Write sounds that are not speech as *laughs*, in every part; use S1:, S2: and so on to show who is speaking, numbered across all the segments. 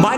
S1: My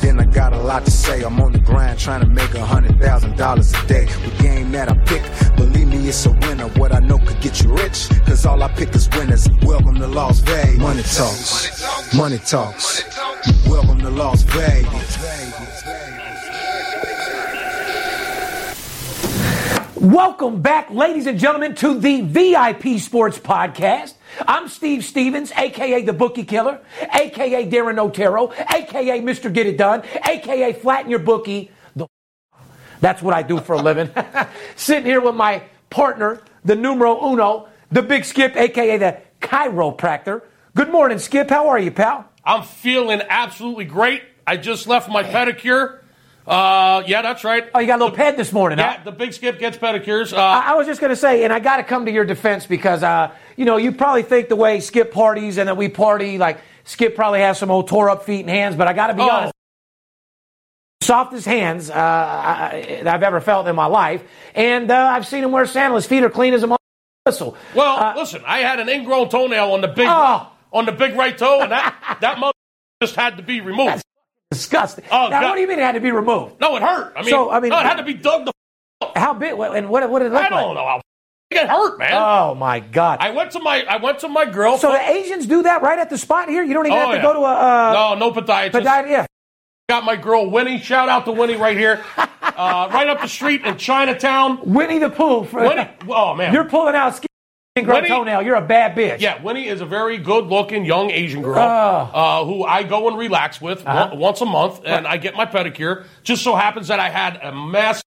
S2: then I got a lot to say. I'm on the grind trying to make a hundred thousand dollars a day. The game that I pick, believe me, it's a winner. What I know could get you rich, cause all I pick is winners. Welcome to Las Vegas. Money talks. Money talks. Welcome to Las Vegas.
S1: Welcome back, ladies and gentlemen, to the VIP Sports Podcast. I'm Steve Stevens, aka the Bookie Killer, aka Darren Otero, aka Mr. Get It Done, aka Flatten Your Bookie. The That's what I do for a living. *laughs* Sitting here with my partner, the numero uno, the Big Skip, aka the chiropractor. Good morning, Skip. How are you, pal?
S3: I'm feeling absolutely great. I just left my pedicure. Uh, yeah, that's right.
S1: Oh, you got a little pad this morning, huh?
S3: Yeah, the big skip gets pedicures. Uh,
S1: I I was just going to say, and I got to come to your defense because, uh, you know, you probably think the way Skip parties and that we party, like Skip probably has some old tore up feet and hands, but I got to be
S3: Oh.
S1: honest. Softest hands uh, I, I've ever felt in my life, and uh, I've seen him wear sandals. Feet are clean as a whistle.
S3: well, listen, I had an ingrown toenail on the big
S1: Uh, Oh.
S3: on the big right toe,
S1: *laughs*
S3: and that that mother just had to be removed.
S1: Disgusting.
S3: Oh,
S1: now,
S3: God.
S1: what do you mean it had to be removed?
S3: no, it hurt. I mean,
S1: So, I mean-
S3: no, it had to be dug. The
S1: How big? What- And what, what did it look
S3: I don't
S1: like?
S3: know how it hurt, man.
S1: Oh my God!
S3: I went to my I went to my girl.
S1: so the Asians do that right at the spot here. You don't even
S3: Oh,
S1: have to
S3: yeah.
S1: go to a uh,
S3: no, no podiatrist.
S1: podiatrist. Yeah.
S3: Got my girl Winnie. Shout out to Winnie right
S1: *laughs*
S3: here, uh, right up the street in Chinatown.
S1: Winnie the Pooh. For, *laughs*
S3: Winnie, oh man,
S1: You're pulling out skin and grow
S3: Winnie-
S1: toenail. You're a bad bitch.
S3: Yeah, Winnie is a very good-looking young Asian girl
S1: Ah.
S3: uh, who I go and relax with
S1: Uh-huh.
S3: on- once a month, and I get my pedicure. Just so happens that I had a massive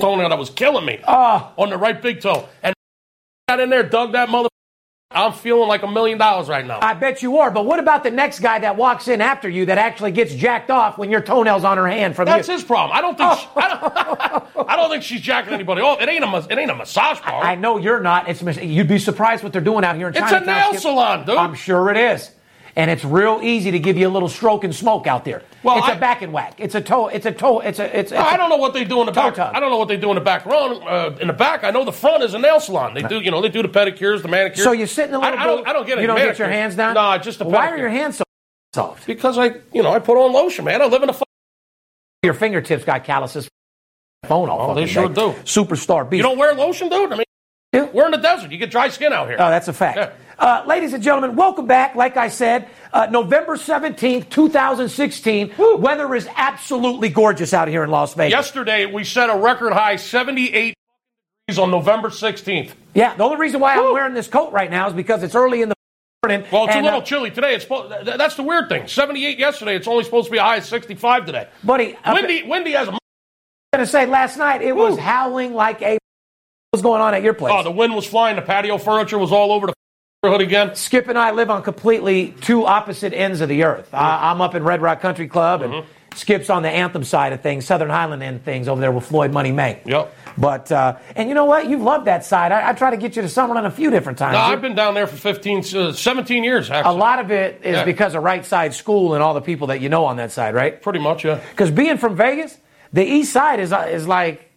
S3: toenail that was killing me
S1: Ah. uh,
S3: on the right big toe, and got in there, dug that mother. I'm feeling like a million dollars right now.
S1: I bet you are. But what about the next guy that walks in after you that actually gets jacked off when your toenail's on her hand from
S3: That's
S1: you?
S3: his problem. I don't
S1: Oh.
S3: think she, I, don't, *laughs* I don't think she's jacking anybody off. It ain't a mas- it ain't a massage parlor.
S1: I know you're not. It's mis- you'd be surprised what they're doing out here in
S3: It's a
S1: Chinatown.
S3: nail
S1: Skip.
S3: salon, dude.
S1: I'm sure it is. And it's real easy to give you a little stroke and smoke out there.
S3: Well,
S1: it's a
S3: I- Oh,
S1: back and whack. It's a toe. It's a toe. It's a. It's. it's
S3: I don't know what they do in the back.
S1: Toe-tug.
S3: I don't know what they do in the back room, uh, in the back. I know the front is a nail salon. They do, you know, they do the pedicures, the manicures.
S1: So you sit in the little.
S3: I, I don't.
S1: booth,
S3: I don't get.
S1: You
S3: any
S1: don't get your
S3: manicures.
S1: hands down.
S3: No, just the.
S1: Why are
S3: pedicure.
S1: your hands so soft?
S3: Because I, you know, I put on lotion, man. I live in a. F-
S1: Your fingertips got calluses. Phone off.
S3: Oh, they sure do.
S1: Superstar beast.
S3: you don't wear lotion, dude. I mean,
S1: Yeah.
S3: we're in the desert. You get dry skin out here.
S1: Oh, that's a fact.
S3: Yeah.
S1: Uh, ladies and gentlemen, welcome back. Like I said, uh, November 17th, 2016. Weather is absolutely gorgeous out here in Las Vegas.
S3: Yesterday we set a record high, seventy-eight degrees on November sixteenth.
S1: Yeah, the only reason why I'm wearing this coat right now is because it's early in the morning.
S3: Well, it's
S1: and,
S3: a little
S1: uh,
S3: chilly today. It's spo- th- th- that's the weird thing. Seventy-eight yesterday. It's only supposed to be a high of sixty-five today.
S1: buddy, I'm
S3: Windy, windy as a.
S1: going to say last night it was
S3: Woo.
S1: howling like a. What's going on at your place?
S3: Oh, the wind was flying. The patio furniture was all over the neighborhood again. Mm-hmm.
S1: Skip and I live on completely two opposite ends of the earth. I, I'm up in Red Rock Country Club, and Skip's on the anthem side of things, Southern Highland end things over there with Floyd Money May.
S3: Yep.
S1: But uh, and you know what? You've loved that side. I, I try to get you to Summerlin a few different times.
S3: No,
S1: You-
S3: I've been down there for 15, uh, 17 years,
S1: a
S3: actually.
S1: lot of it is
S3: Yeah.
S1: because of right side school and all the people that you know on that side, right?
S3: Pretty much, yeah.
S1: Because being from Vegas, the east side is uh, is like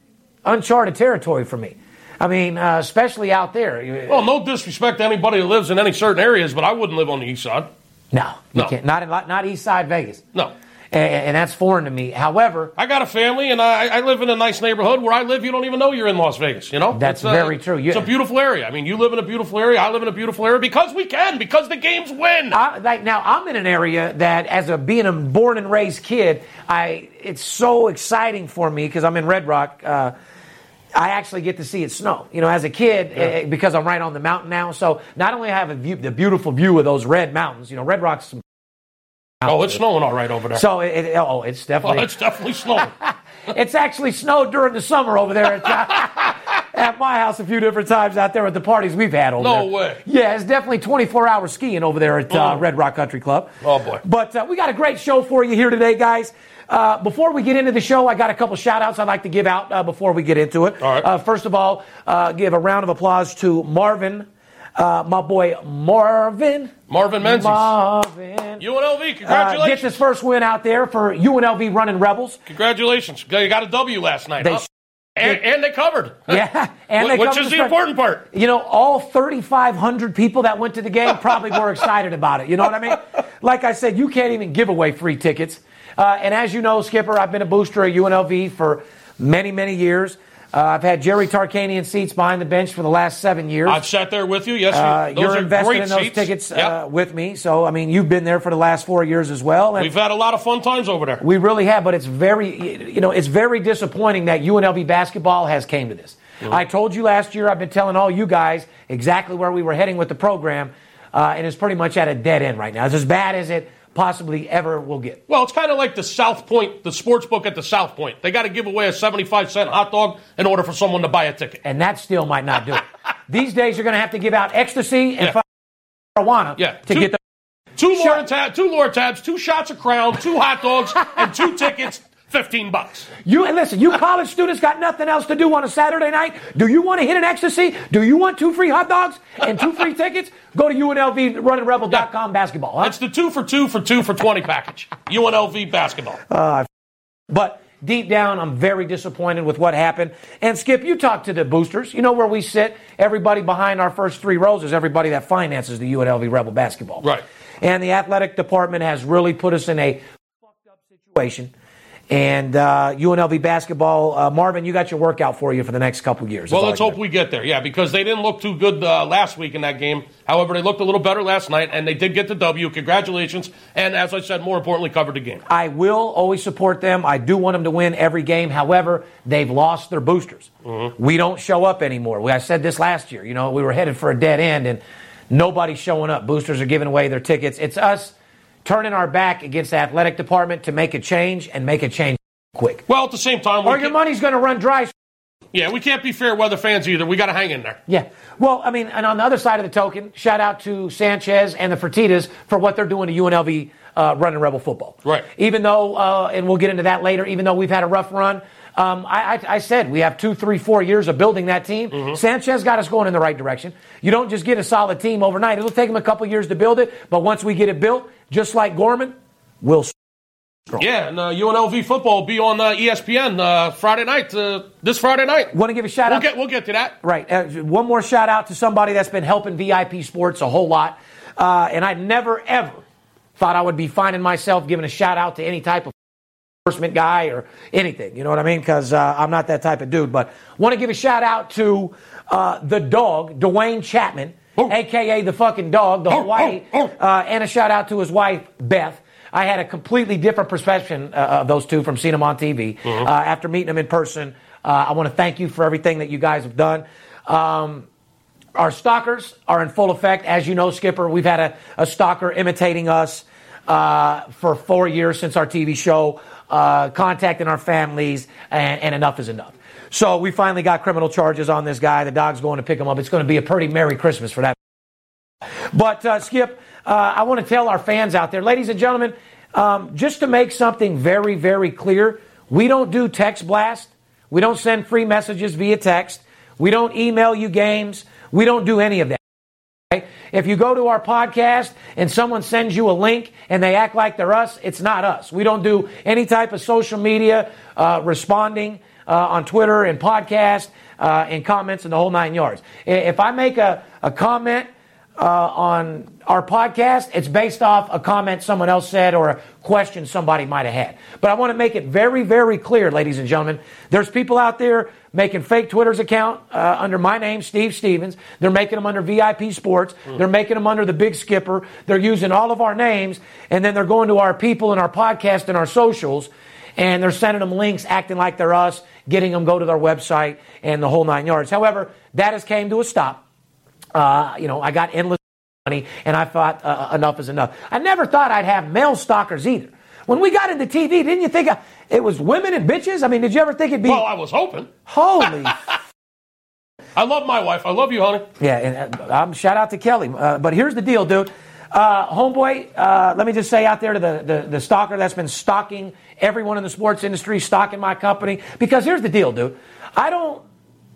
S1: uncharted territory for me. I mean, uh, especially out there. You-
S3: Well, no disrespect to anybody that lives in any certain areas, but I wouldn't live on the east side.
S1: No, you
S3: No.
S1: can't. Not in not east side Vegas.
S3: No.
S1: And, and that's foreign to me. However,
S3: I got a family, and I, I live in a nice neighborhood. Where I live, you don't even know you're in Las Vegas. You know
S1: That's
S3: It's, uh,
S1: very true. You-
S3: It's a beautiful area. I mean, you live in a beautiful area. I live in a beautiful area because we can, because the games win.
S1: I, like now, I'm in an area that, as a being a born and raised kid, I it's so exciting for me because I'm in Red Rock. Uh, I actually get to see it snow. You know, as a kid, eh, because I'm right on the mountain now. So not only have a view, the beautiful view of those red mountains. You know, Red Rock's. Some,
S3: oh, it's snowing all right over there.
S1: so it, it- oh, it's
S3: *laughs* Oh,
S1: definitely
S3: *laughs* it's
S1: *laughs*
S3: definitely snowing.
S1: It's actually snowed during the summer over there at, *laughs* at my house a few different times out there at the parties we've had over
S3: No
S1: there.
S3: way.
S1: Yeah, it's definitely 24 hour skiing over there at uh,
S3: Mm.
S1: Red Rock Country Club.
S3: Oh, boy.
S1: But uh, we got a great show for you here today, guys. Uh, before we get into the show, I got a couple shout outs I'd like to give out uh, before we get into it.
S3: All right.
S1: Uh, first of all, uh, give a round of applause to Marvin, uh, my boy Marvin.
S3: Marvin Menzies,
S1: Marvin.
S3: UNLV,
S1: Uh, gets
S3: congratulations,
S1: his first win out there for UNLV running Rebels.
S3: congratulations. You got a W last night,
S1: They
S3: huh?
S1: sh-
S3: and, and they covered. *laughs*
S1: Yeah, *laughs* and they
S3: Which
S1: covered
S3: is the
S1: spread.
S3: important part.
S1: You know, all 3,500 people that went to the game probably were excited about it. You know what I mean? Like I said, you can't even give away free tickets. Uh, and as you know, Skipper, I've been a booster at UNLV for many, many years. Uh, I've had Jerry Tarkanian seats behind the bench for the last seven years.
S3: I've sat there with you. Yes,
S1: Uh,
S3: those
S1: you're
S3: are
S1: invested
S3: great
S1: in those
S3: seats.
S1: tickets
S3: Yep.
S1: uh, with me. So, I mean, you've been there for the last four years as well. And
S3: We've had a lot of fun times over there.
S1: we really have, but it's very, you know, it's very disappointing that UNLV basketball has came to this. I told you last year. I've been telling all you guys exactly where we were heading with the program, uh, and it's pretty much at a dead end right now. It's as bad as it possibly ever will get.
S3: Well, it's kind of like the South Point, the sports book at the South Point. They got to give away a 75 cent hot dog in order for someone to buy a ticket.
S1: and that still might not do
S3: *laughs*
S1: it. These days, you're going to have to give out ecstasy and
S3: Yeah.
S1: marijuana
S3: Yeah.
S1: to
S3: Two-
S1: get the.
S3: Two
S1: Sure.
S3: Lord, tab, two Lord tabs, two shots of Crown, two hot dogs, and
S1: *laughs*
S3: two tickets, 15 bucks.
S1: You and listen, you college students got nothing else to do on a Saturday night. Do you want to hit an ecstasy? Do you want two free hot dogs and two free tickets? Go to UNLV runningrebel.com basketball. Huh?
S3: It's the two for two for two for 20 package. UNLV basketball.
S1: But deep down, I'm very disappointed with what happened. And Skip, you talk to the boosters. You know where we sit. Everybody behind our first three rows is everybody that finances the UNLV Rebel basketball.
S3: Right.
S1: And the athletic department has really put us in a fucked up situation. And uh, UNLV basketball, uh, Marvin, you got your workout for you for the next couple years.
S3: well, let's
S1: That's all I
S3: hope
S1: can
S3: we get there. Yeah, because they didn't look too good uh, last week in that game. However, they looked a little better last night, and they did get the W. Congratulations. And as I said, more importantly, covered the game.
S1: do. I will always support them. I do want them to win every game. However, they've lost their boosters. We don't show up anymore. We, I said this last year. You know, we were headed for a dead end, and nobody's showing up. Boosters are giving away their tickets. It's us turning our back against the athletic department to make a change and make a change quick.
S3: Well, at the same time, we
S1: Or your
S3: can't-
S1: money's going to run dry.
S3: yeah, we can't be fair weather fans either. We got to hang in there.
S1: Yeah. Well, I mean, and on the other side of the token, shout out to Sanchez and the Fertitas for what they're doing to UNLV uh, running Rebel football.
S3: Right.
S1: Even though, uh, and we'll get into that later, even though we've had a rough run, um, I, I, I said we have two, three, four years of building that team.
S3: Mm-hmm.
S1: Sanchez got us going in the right direction. You don't just get a solid team overnight. It'll take them a couple years to build it, but once we get it built, just like Gorman, we'll. s-
S3: Yeah, and uh, UNLV football will be on uh, ESPN uh, Friday night, uh, this Friday night.
S1: Want to give a shout
S3: We'll
S1: out?
S3: get, we'll get to that.
S1: Right. Uh, one more shout out to somebody that's been helping VIP sports a whole lot. Uh, and I never, ever thought I would be finding myself giving a shout out to any type of enforcement guy or anything. You know what I mean? Because uh, I'm not that type of dude. But want to give a shout out to uh, the dog, Dwayne Chapman,
S3: Oh.
S1: aka the fucking dog, the
S3: Oh,
S1: Hawaii,
S3: oh, oh.
S1: Uh, and a shout out to his wife, Beth. I had a completely different perception uh, of those two from seeing them on TV.
S3: Mm-hmm.
S1: Uh, after meeting them in person, uh, I want to thank you for everything that you guys have done. Um, our stalkers are in full effect. As you know, Skipper, we've had a, a stalker imitating us uh, for four years since our TV show, uh, contacting our families, and, and enough is enough. So we finally got criminal charges on this guy. The dog's going to pick him up. It's going to be a pretty merry Christmas for that. But uh, Skip, uh, I want to tell our fans out there, ladies and gentlemen, Um, just to make something very, very clear, we don't do text blast. We don't send free messages via text. We don't email you games. We don't do any of that. okay? If you go to our podcast and someone sends you a link and they act like they're us, it's not us. We don't do any type of social media uh, responding uh, on Twitter and podcast uh, and comments and the whole nine yards. I- If I make a, a comment uh, on our podcast, it's based off a comment someone else said or a question somebody might have had. But I want to make it very, very clear, ladies and gentlemen. There's people out there making fake Twitter's account uh, under my name, Steve Stevens. They're making them under VIP Sports.
S3: Hmm.
S1: They're making them under the Big Skipper. They're using all of our names, and then they're going to our people and our podcast and our socials, and they're sending them links, acting like they're us, getting them go to their website and the whole nine yards. However, that has came to a stop. Uh, you know, I got endless money, and I thought uh, enough is enough. I never thought I'd have male stalkers either. When we got into TV, didn't you think uh it was women and bitches? I mean, did you ever think it'd be
S3: Well, I was hoping. *laughs*
S1: holy?
S3: I love my wife. I love you, honey.
S1: Yeah, and uh, um, shout out to Kelly. Uh, but here's the deal, dude. Uh, homeboy, uh, let me just say out there to the, the, the stalker that's been stalking everyone in the sports industry, stalking my company, because here's the deal, dude. I don't,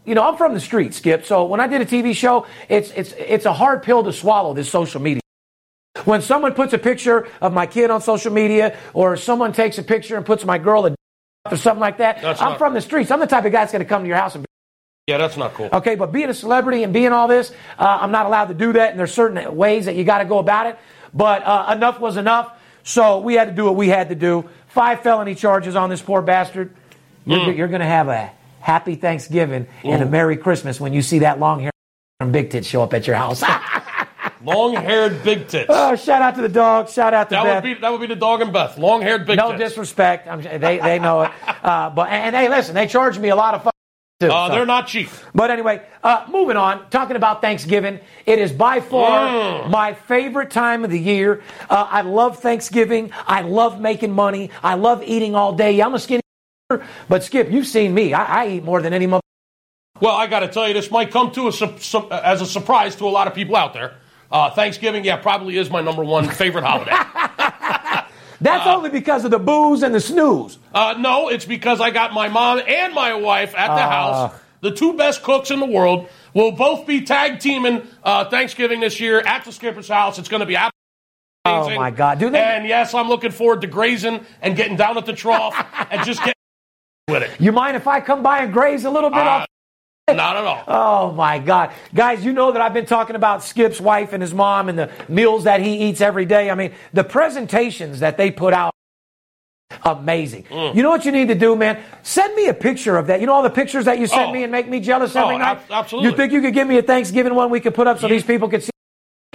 S1: you know, I'm from the street, Skip. So when I did a TV show, it's, it's, it's a hard pill to swallow, this social media. When someone puts a picture of my kid on social media, or someone takes a picture and puts my girl a *laughs* or something like that,
S3: That's
S1: I'm
S3: not-
S1: from the streets. I'm the type of guy that's going to come to your house and
S3: Yeah, that's not cool.
S1: Okay, but being a celebrity and being all this, uh, I'm not allowed to do that, and there's certain ways that you got to go about it. But uh, enough was enough, so we had to do what we had to do. Five felony charges on this poor bastard. You're,
S3: Mm.
S1: you're going to have a happy Thanksgiving and a Merry Christmas when you see that long hair from Big Tit show up at your house. *laughs*
S3: Long-haired big tits.
S1: oh, shout out to the dog. Shout out to
S3: That would
S1: Beth.
S3: be that would be the dog and Beth. Long-haired big
S1: no
S3: tits.
S1: disrespect. I'm, they, they know it. Uh, but and, and hey, listen, they charged me a lot of. Fun too,
S3: Uh,
S1: so-
S3: they're not cheap.
S1: But anyway, uh, moving on, talking about Thanksgiving, it is by far my favorite time of the year. Uh, I love Thanksgiving. I love making money. I love eating all day. I'm a skinny, but Skip, you've seen me. I, I eat more than any mother.
S3: Well, I got to tell you, this might come to a su- su- as a surprise to a lot of people out there. Uh, Thanksgiving, yeah, probably is my number one favorite holiday.
S1: That's only because of the booze and the snooze.
S3: Uh, no, it's because I got my mom and my wife at the
S1: Ah.
S3: house. The two best cooks in the world will both be tag teaming uh, Thanksgiving this year at the Skipper's house. It's going to be absolutely
S1: Oh my God, do they?
S3: And yes, I'm looking forward to grazing and getting down at
S1: *laughs*
S3: the trough and just getting with it.
S1: You mind if I come by and graze a little bit off?
S3: Uh, not at all.
S1: Oh my God. Guys, you know that I've been talking about Skip's wife and his mom and the meals that he eats every day. I mean, the presentations that they put out. Amazing.
S3: Mm.
S1: You know what you need to do, man? Send me a picture of that. You know all the pictures that you send
S3: Oh.
S1: me and make me jealous
S3: Oh,
S1: every night?
S3: ab- absolutely.
S1: You think you could give me a Thanksgiving one we could put up so these people could see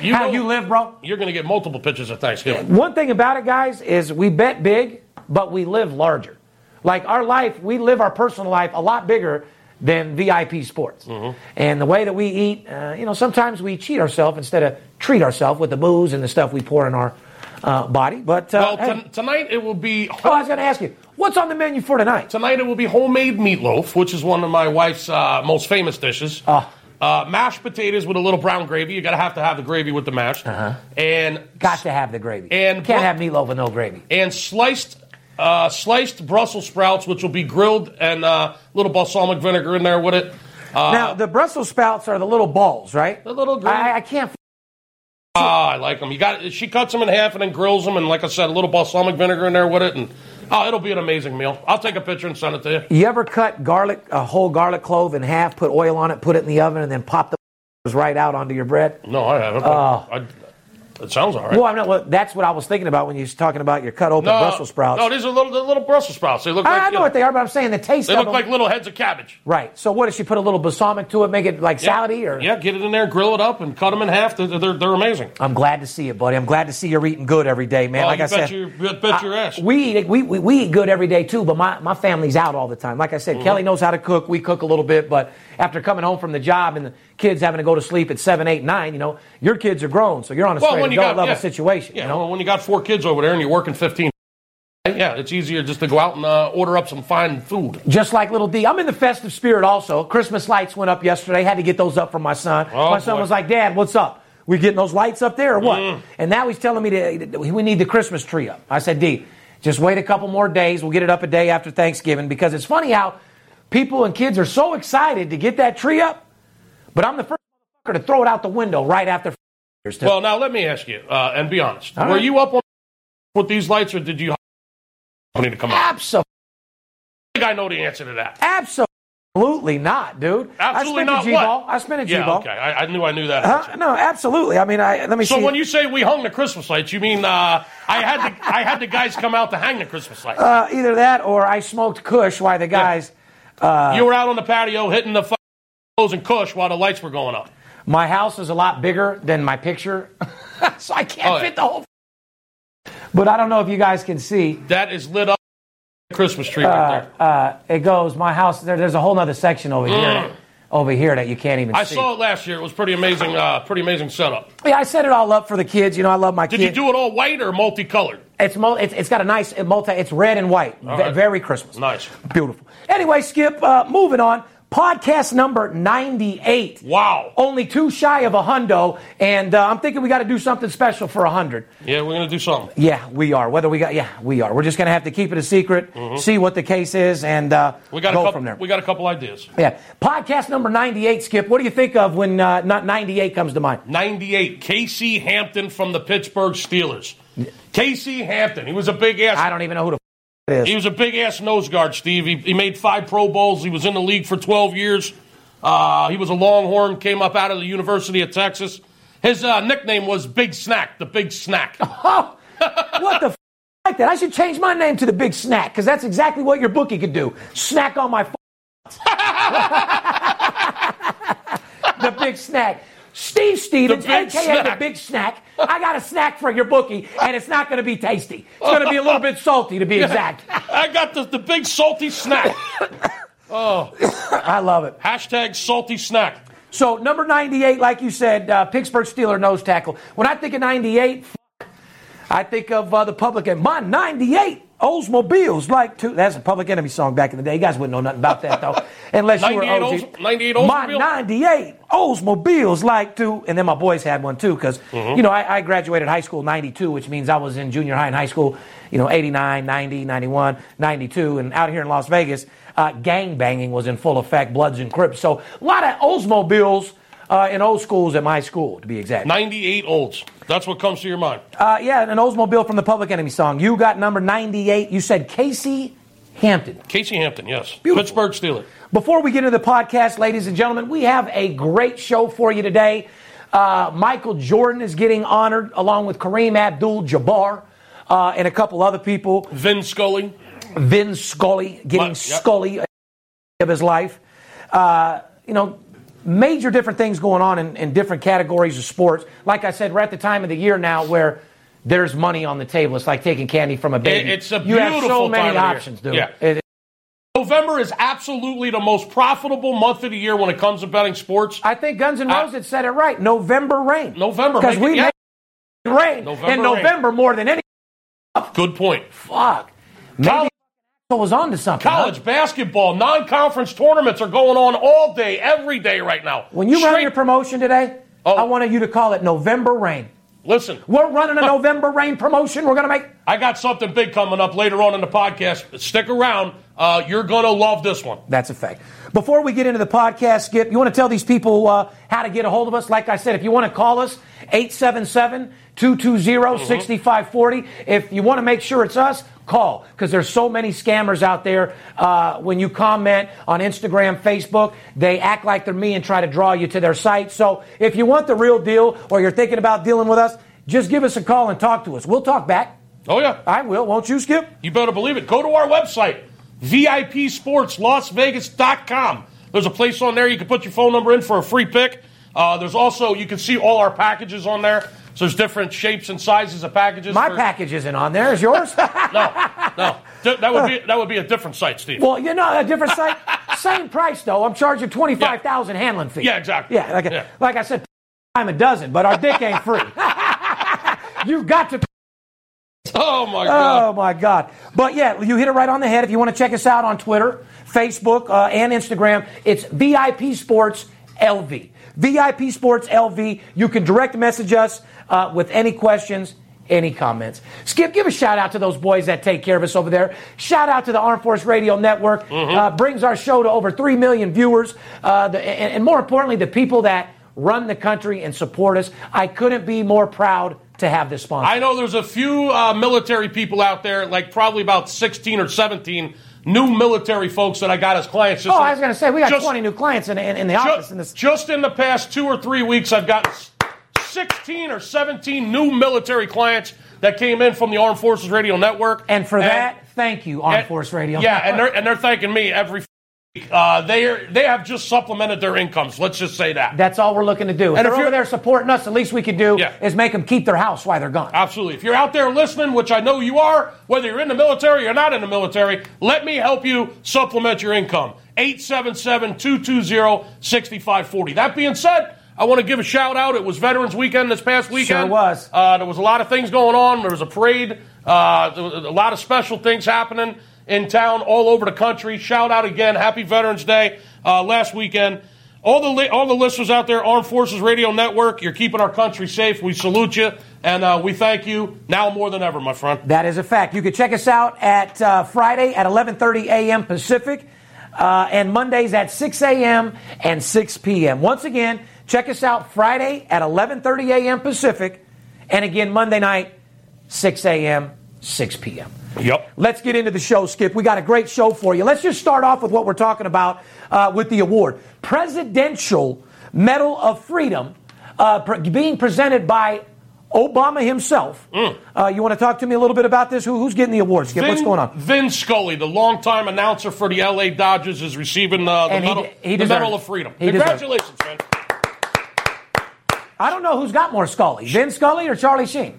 S3: you
S1: how
S3: know-
S1: you live, bro?
S3: You're going to get multiple pitches at Thanksgiving.
S1: One thing about it, guys, is we bet big, but we live larger. Like our life, we live our personal life a lot bigger than VIP sports.
S3: Mm-hmm.
S1: And the way that we eat, uh, you know, sometimes we cheat ourselves instead of treat ourselves with the booze and the stuff we pour in our uh, body. But uh,
S3: Well,
S1: hey.
S3: ton tonight it will be
S1: oh, I was going to ask you, what's on the menu for tonight?
S3: tonight it will be homemade meatloaf, which is one of my wife's uh, most famous dishes.
S1: Ah.
S3: Uh, mashed potatoes with a little brown gravy. You got to have to have the gravy with the mash. Uh-huh. And
S1: Got to have the gravy.
S3: And-
S1: can't have meatloaf with no gravy.
S3: and sliced uh, sliced Brussels sprouts, which will be grilled and uh, little balsamic vinegar in there with it.
S1: now the Brussels sprouts are the little balls, right?
S3: Uh, The little green-
S1: I, I can't.
S3: Ah, I like them. You got she cuts them in half and then grills them, and like I said, a little balsamic vinegar in there with it, and oh, it'll be an amazing meal. I'll take a picture and send it to you.
S1: You ever cut garlic, a whole garlic clove in half, put oil on it, put it in the oven, and then pop the *laughs* right out onto your bread?
S3: No, I haven't. but I- it sounds all right.
S1: Well, I'm not, well, that's Oh. what I was thinking about when you was talking about your cut open Brussels sprouts.
S3: No, these are little, they're little Brussels sprouts. They look like
S1: I, I know
S3: you
S1: what they are, but I'm saying the taste
S3: They
S1: of
S3: look
S1: them.
S3: like little heads of cabbage.
S1: right. So what, does she put a little balsamic to it, make it like
S3: Yeah.
S1: salady? Or?
S3: yeah, get it in there, grill it up, and cut them in half. They're they're, they're amazing.
S1: I'm glad to see it, buddy. I'm glad to see you're eating good every day, man.
S3: Oh,
S1: like
S3: you
S1: I
S3: bet
S1: said,
S3: your- you bet your ass.
S1: We, eat, we, we, we eat good every day too, but my, my family's out all the time. Like I said,
S3: Mm-hmm.
S1: Kelly knows how to cook. We cook a little bit, but after coming home from the job and the kids having to go to sleep at seven, eight, nine, you know, your kids are grown, so you're on a straight adult level
S3: yeah.
S1: situation.
S3: Yeah,
S1: you know?
S3: well, when you got four kids over there and you're working 15, yeah, it's easier just to go out and uh, order up some fine food.
S1: Just like little D. I'm in the festive spirit also. Christmas lights went up yesterday. Had to get those up for my son.
S3: Oh,
S1: my son
S3: boy. Mm.
S1: was like, Dad, what's up? We getting those lights up there or what? And now he's telling me that we need the Christmas tree up. I said, D, just wait a couple more days. We'll get it up a day after Thanksgiving because it's funny how people and kids are so excited to get that tree up, but I'm the first motherfucker to throw it out the window right after.
S3: Well, now let me ask you, uh, and be honest.
S1: All
S3: Were
S1: right.
S3: you up on with these lights, or did you hire a company to come out?
S1: Absolutely,
S3: I think I know the answer to that.
S1: absolutely not, dude.
S3: Absolutely
S1: I spent
S3: not
S1: a G-ball.
S3: what?
S1: I spent a
S3: Yeah,
S1: G-ball. Uh-huh.
S3: okay. I, I knew I knew that.
S1: Huh? No, absolutely. I mean, I let me
S3: So
S1: see.
S3: when you say we hung the Christmas lights, you mean uh, I had the I had the guys come out to hang the Christmas lights.
S1: uh, either that or I smoked Kush. Why the guys?
S3: you were out on the patio hitting the f- clothes and cush while the lights were going up.
S1: My house is a lot bigger than my picture, *laughs* so I can't
S3: Oh, yeah.
S1: fit the whole. But I don't know if you guys can see.
S3: That is lit up Christmas tree
S1: Uh,
S3: right there.
S1: It goes my house. There, there's a whole other section over here, that, over here that you can't even
S3: Mm. I
S1: see.
S3: saw it last year. It was pretty amazing. Uh, pretty amazing setup.
S1: yeah, I set it all up for the kids. You know, I love my
S3: Did
S1: kids.
S3: you do it all white or multicolored?
S1: it's, mul- it's it's got a nice multi. It's red and white. Ve-
S3: right.
S1: Very Christmas.
S3: Nice.
S1: Beautiful. Anyway, Skip. Uh, moving on. Podcast number ninety-eight.
S3: Wow.
S1: only two shy of a hundo, and uh, I'm thinking we got to do something special for a hundred.
S3: Yeah, we're gonna do something.
S1: Yeah, we are. Whether we got, yeah, we are. We're just going to have to keep it a secret, see what the case is, and uh,
S3: Mm-hmm. We got
S1: go
S3: a couple.
S1: from there.
S3: We got a couple ideas.
S1: yeah, podcast number 98. Skip, what do you think of when uh, not 98 comes to mind?
S3: 98, Casey Hampton from the Pittsburgh Steelers. Casey Hampton, he was a big
S1: I
S3: ass.
S1: don't even know who the f- it
S3: He
S1: is.
S3: was a big ass nose guard, Steve. He, he made five Pro Bowls. He was in the league for 12 years. Uh, he was a Longhorn. Came up out of the University of Texas. His uh, nickname was Big Snack. The
S1: *laughs*
S3: Big Snack.
S1: Oh, what the f- like that? I should change my name to the Big Snack because that's exactly what your bookie could do. Snack on my. F- *laughs* the Big Snack. Steve Stevens,
S3: The Big
S1: aka
S3: Snack.
S1: the Big Snack. I got a snack for your bookie, and it's not going to be tasty. It's going to be a little bit salty,
S3: *laughs*
S1: to be exact.
S3: I got the, the Big Salty Snack.
S1: I love it.
S3: Hashtag Salty Snack.
S1: So number 98, like you said, uh, Pittsburgh Steeler nose tackle. When I think of 98, fuck, I think of uh, the Public Enemy. My 98 Oldsmobiles like to. That's a Public Enemy song back in the day. You guys wouldn't know nothing about that though, unless you were
S3: 98
S1: OG.
S3: Olds- 98
S1: My
S3: Oldsmobile?
S1: 98 Oldsmobiles like to, and then my boys had one too because you know I, I graduated high school 92, which means I was in junior high and high school. You know, 89, 90, 91, 92, and out here in Las Vegas, uh, gang banging was in full effect, Bloods and Crips. So a lot of Oldsmobiles uh, in old schools at my school, to be exact.
S3: 98 olds. That's what comes to your mind.
S1: Uh, yeah, an Oldsmobile from the Public Enemy song. You got number 98. You said Casey Hampton.
S3: Casey Hampton, yes.
S1: Beautiful.
S3: Pittsburgh Steeler.
S1: Before we get into the podcast, ladies and gentlemen, we have a great show for you today. Uh, Michael Jordan is getting honored along with Kareem Abdul Jabbar uh, and a couple other people.
S3: Vin Scully.
S1: Vin Scully getting
S3: My- yep.
S1: Scully of his life. Uh, you know, major different things going on in, in different categories of sports. Like I said, we're at the time of the year now where there's money on the table. It's like taking candy from a baby.
S3: it's a
S1: you have so
S3: beautiful time of
S1: many
S3: the year.
S1: options, dude.
S3: Yeah.
S1: It-
S3: November is absolutely the most profitable month of the year when it comes to betting sports.
S1: I think Guns N'
S3: I-
S1: Roses said it right. November rain.
S3: November,
S1: Because
S3: make it-
S1: we
S3: yeah.
S1: make rain
S3: November
S1: in
S3: rain.
S1: November more than any.
S3: Good point.
S1: Fuck. Maybe
S3: College-
S1: I was on to something. huh?
S3: College basketball, non-conference tournaments are going on all day, every day right now.
S1: When you run
S3: Straight-
S1: your promotion today,
S3: Oh.
S1: I wanted you to call it November rain.
S3: listen,
S1: We're
S3: *laughs*
S1: running a November rain promotion. We're going to make.
S3: I got something big coming up later on in the podcast. Stick around; uh, you're gonna love this one.
S1: That's a fact. Before we get into the podcast, Skip, you want to tell these people uh, how to get a hold of us? Like I said, if you want to call us, 877 220 6540. If you want to make sure it's us, call because there's so many scammers out there. Uh, when you comment on Instagram, Facebook, they act like they're me and try to draw you to their site. So if you want the real deal or you're thinking about dealing with us, just give us a call and talk to us. We'll talk back.
S3: Oh yeah,
S1: I will, won't you, Skip?
S3: You better believe it. Go to our website, VIPSportsLasVegas.com. There's a place on there you can put your phone number in for a free pick. Uh, there's also, you can see all our packages on there. So there's different shapes and sizes of packages.
S1: My
S3: for-
S1: package isn't on there. Is yours? *laughs*
S3: No, th- that would be that would be a different site, Steve.
S1: Well, you know, a different site,
S3: *laughs*
S1: same price though. I'm charging twenty five thousand handling fee.
S3: Yeah, exactly.
S1: Yeah, like,
S3: Yeah.
S1: like I said, *laughs* I'm a dozen, but our dick ain't free. *laughs* you got to.
S3: oh my
S1: Oh
S3: God.
S1: my God! But yeah, you hit it right on the head. If you want to check us out on Twitter, Facebook, uh, and Instagram, it's VIP Sports LV. VIP Sports LV. You can direct message us uh, with any questions, any comments. Skip, give a shout out to those boys that take care of us over there. Shout out to the Armed Force Radio Network. Uh, brings our show to over 3 million viewers. Uh, the, and, and more importantly, the people that run the country and support us. I couldn't be more proud to have this sponsor.
S3: I know there's a few uh, military people out there, like probably about 16 or 17 new military folks that I got as clients. Just
S1: Oh, I was going to say, we got
S3: just-
S1: 20 new clients in, in, in the
S3: ju-
S1: office. in this.
S3: just in the past two or three weeks, I've gotten s- 16 or 17 new military clients that came in from the Armed Forces Radio Network.
S1: And for that, thank you, Armed Force Radio.
S3: Yeah, and they're and they're thanking me every. f- week. Uh, they are, they have just supplemented their incomes. Let's just say that.
S1: That's all we're looking to do. If
S3: And if
S1: they're over
S3: you're-
S1: there supporting us, the least we can do
S3: Yeah. Uh,
S1: is make them keep their house while they're gone.
S3: Absolutely. If you're out there listening, which I know you are, whether you're in the military or not in the military, let me help you supplement your income. 877-220-6540. That being said, I want to give a shout out. It was Veterans Weekend this past weekend.
S1: Sure was.
S3: Uh, there was a lot of things going on. There was a parade. Uh, there was a lot of special things happening in town, all over the country. Shout out again. Happy Veterans Day uh, last weekend. All the li- all the listeners out there, Armed Forces Radio Network, you're keeping our country safe. We salute you and uh, we thank you now more than ever, my friend.
S1: That is a fact. You can check us out at uh, Friday at 11:30 a.m. Pacific, uh, and Mondays at 6 a.m. and 6 p.m. Once again, check us out Friday at 11:30 a.m. Pacific, and again Monday night 6 a.m. 6 p.m.
S3: Yep.
S1: Let's get into the show, Skip. We got a great show for you. Let's just start off with what we're talking about uh, with the award Presidential Medal of Freedom uh, pre- being presented by Obama himself. Uh, you want to talk to me a little bit about this? Who, who's getting the award, Skip? What's
S3: Mm. Vin-
S1: going on?
S3: Vin Scully, the longtime announcer for the LA Dodgers, is receiving uh, the,
S1: And he
S3: medal,
S1: de- he
S3: the
S1: deserves
S3: Medal
S1: it.
S3: of Freedom.
S1: He deserves it.
S3: Congratulations, man. *laughs*
S1: I don't know who's got more Scully, Vin Scully or Charlie Sheen.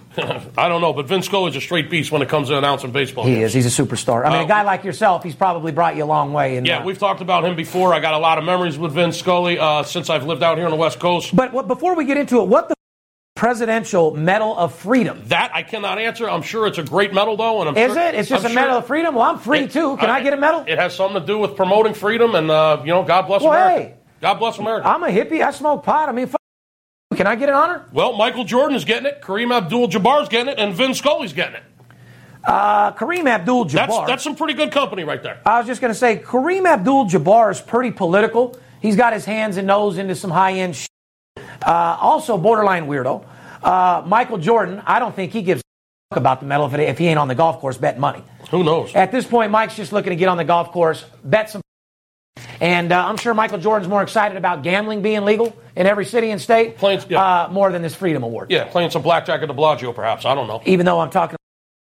S3: I don't know, but Vin Scully's a straight beast when it comes to announcing baseball.
S1: He
S3: games.
S1: is. He's a superstar. I mean,
S3: Oh.
S1: a guy like yourself, he's probably brought you a long way. In,
S3: Yeah,
S1: uh,
S3: we've talked about him before. I got a lot of memories with Vin Scully uh, since I've lived out here on the West Coast.
S1: But what, before we get into it, what the Presidential Medal of Freedom?
S3: That I cannot answer. I'm sure it's a great medal, though. And I'm
S1: Is
S3: sure-
S1: it? It's just
S3: I'm
S1: a
S3: sure-
S1: medal of freedom. Well, I'm free
S3: It-
S1: too. Can I, get a medal?
S3: It has something to do with promoting freedom, and uh, you know, God bless
S1: Well,
S3: America.
S1: hey. Uh,
S3: God bless America.
S1: I'm a hippie. I smoke pot. I mean, f- can I get an honor?
S3: well, Michael Jordan is getting it. Kareem Abdul-Jabbar's getting it, and Vin Scully's getting it.
S1: Uh, Kareem
S3: That's
S1: Abdul-Jabbar.
S3: that's some pretty good company right there.
S1: I was just going to say Kareem Abdul-Jabbar is pretty political. He's got his hands and nose into some high-end. Sh- uh, also, borderline weirdo. Uh, Michael Jordan. I don't think he gives a f- about the medal if, it, if he ain't on the golf course betting money.
S3: Who knows?
S1: At this point, Mike's just looking to get on the golf course, bet some. And uh, I'm sure Michael Jordan's more excited about gambling being legal in every city and state
S3: Plains- yeah.
S1: uh, more than this Freedom Award.
S3: Yeah, playing some blackjack at the Bellagio, perhaps. I don't know.
S1: Even though I'm talking,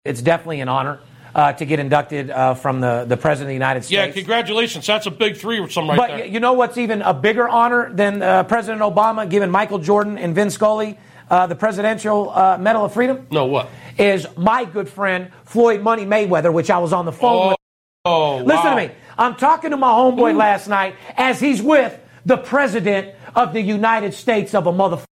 S1: it's definitely an honor uh, to get inducted uh, from the, the President of the United
S3: Yeah,
S1: States.
S3: congratulations. That's a big three or something right
S1: but
S3: there.
S1: y- you know what's even a bigger honor than uh, President Obama giving Michael Jordan and Vin Scully uh, the Presidential uh, Medal of Freedom?
S3: no, what?
S1: Is my good friend Floyd Money Mayweather, which I was on the phone with.
S3: Oh,
S1: Listen
S3: wow.
S1: to me. I'm talking to my homeboy last night as he's with the president of the United States of a motherfucker.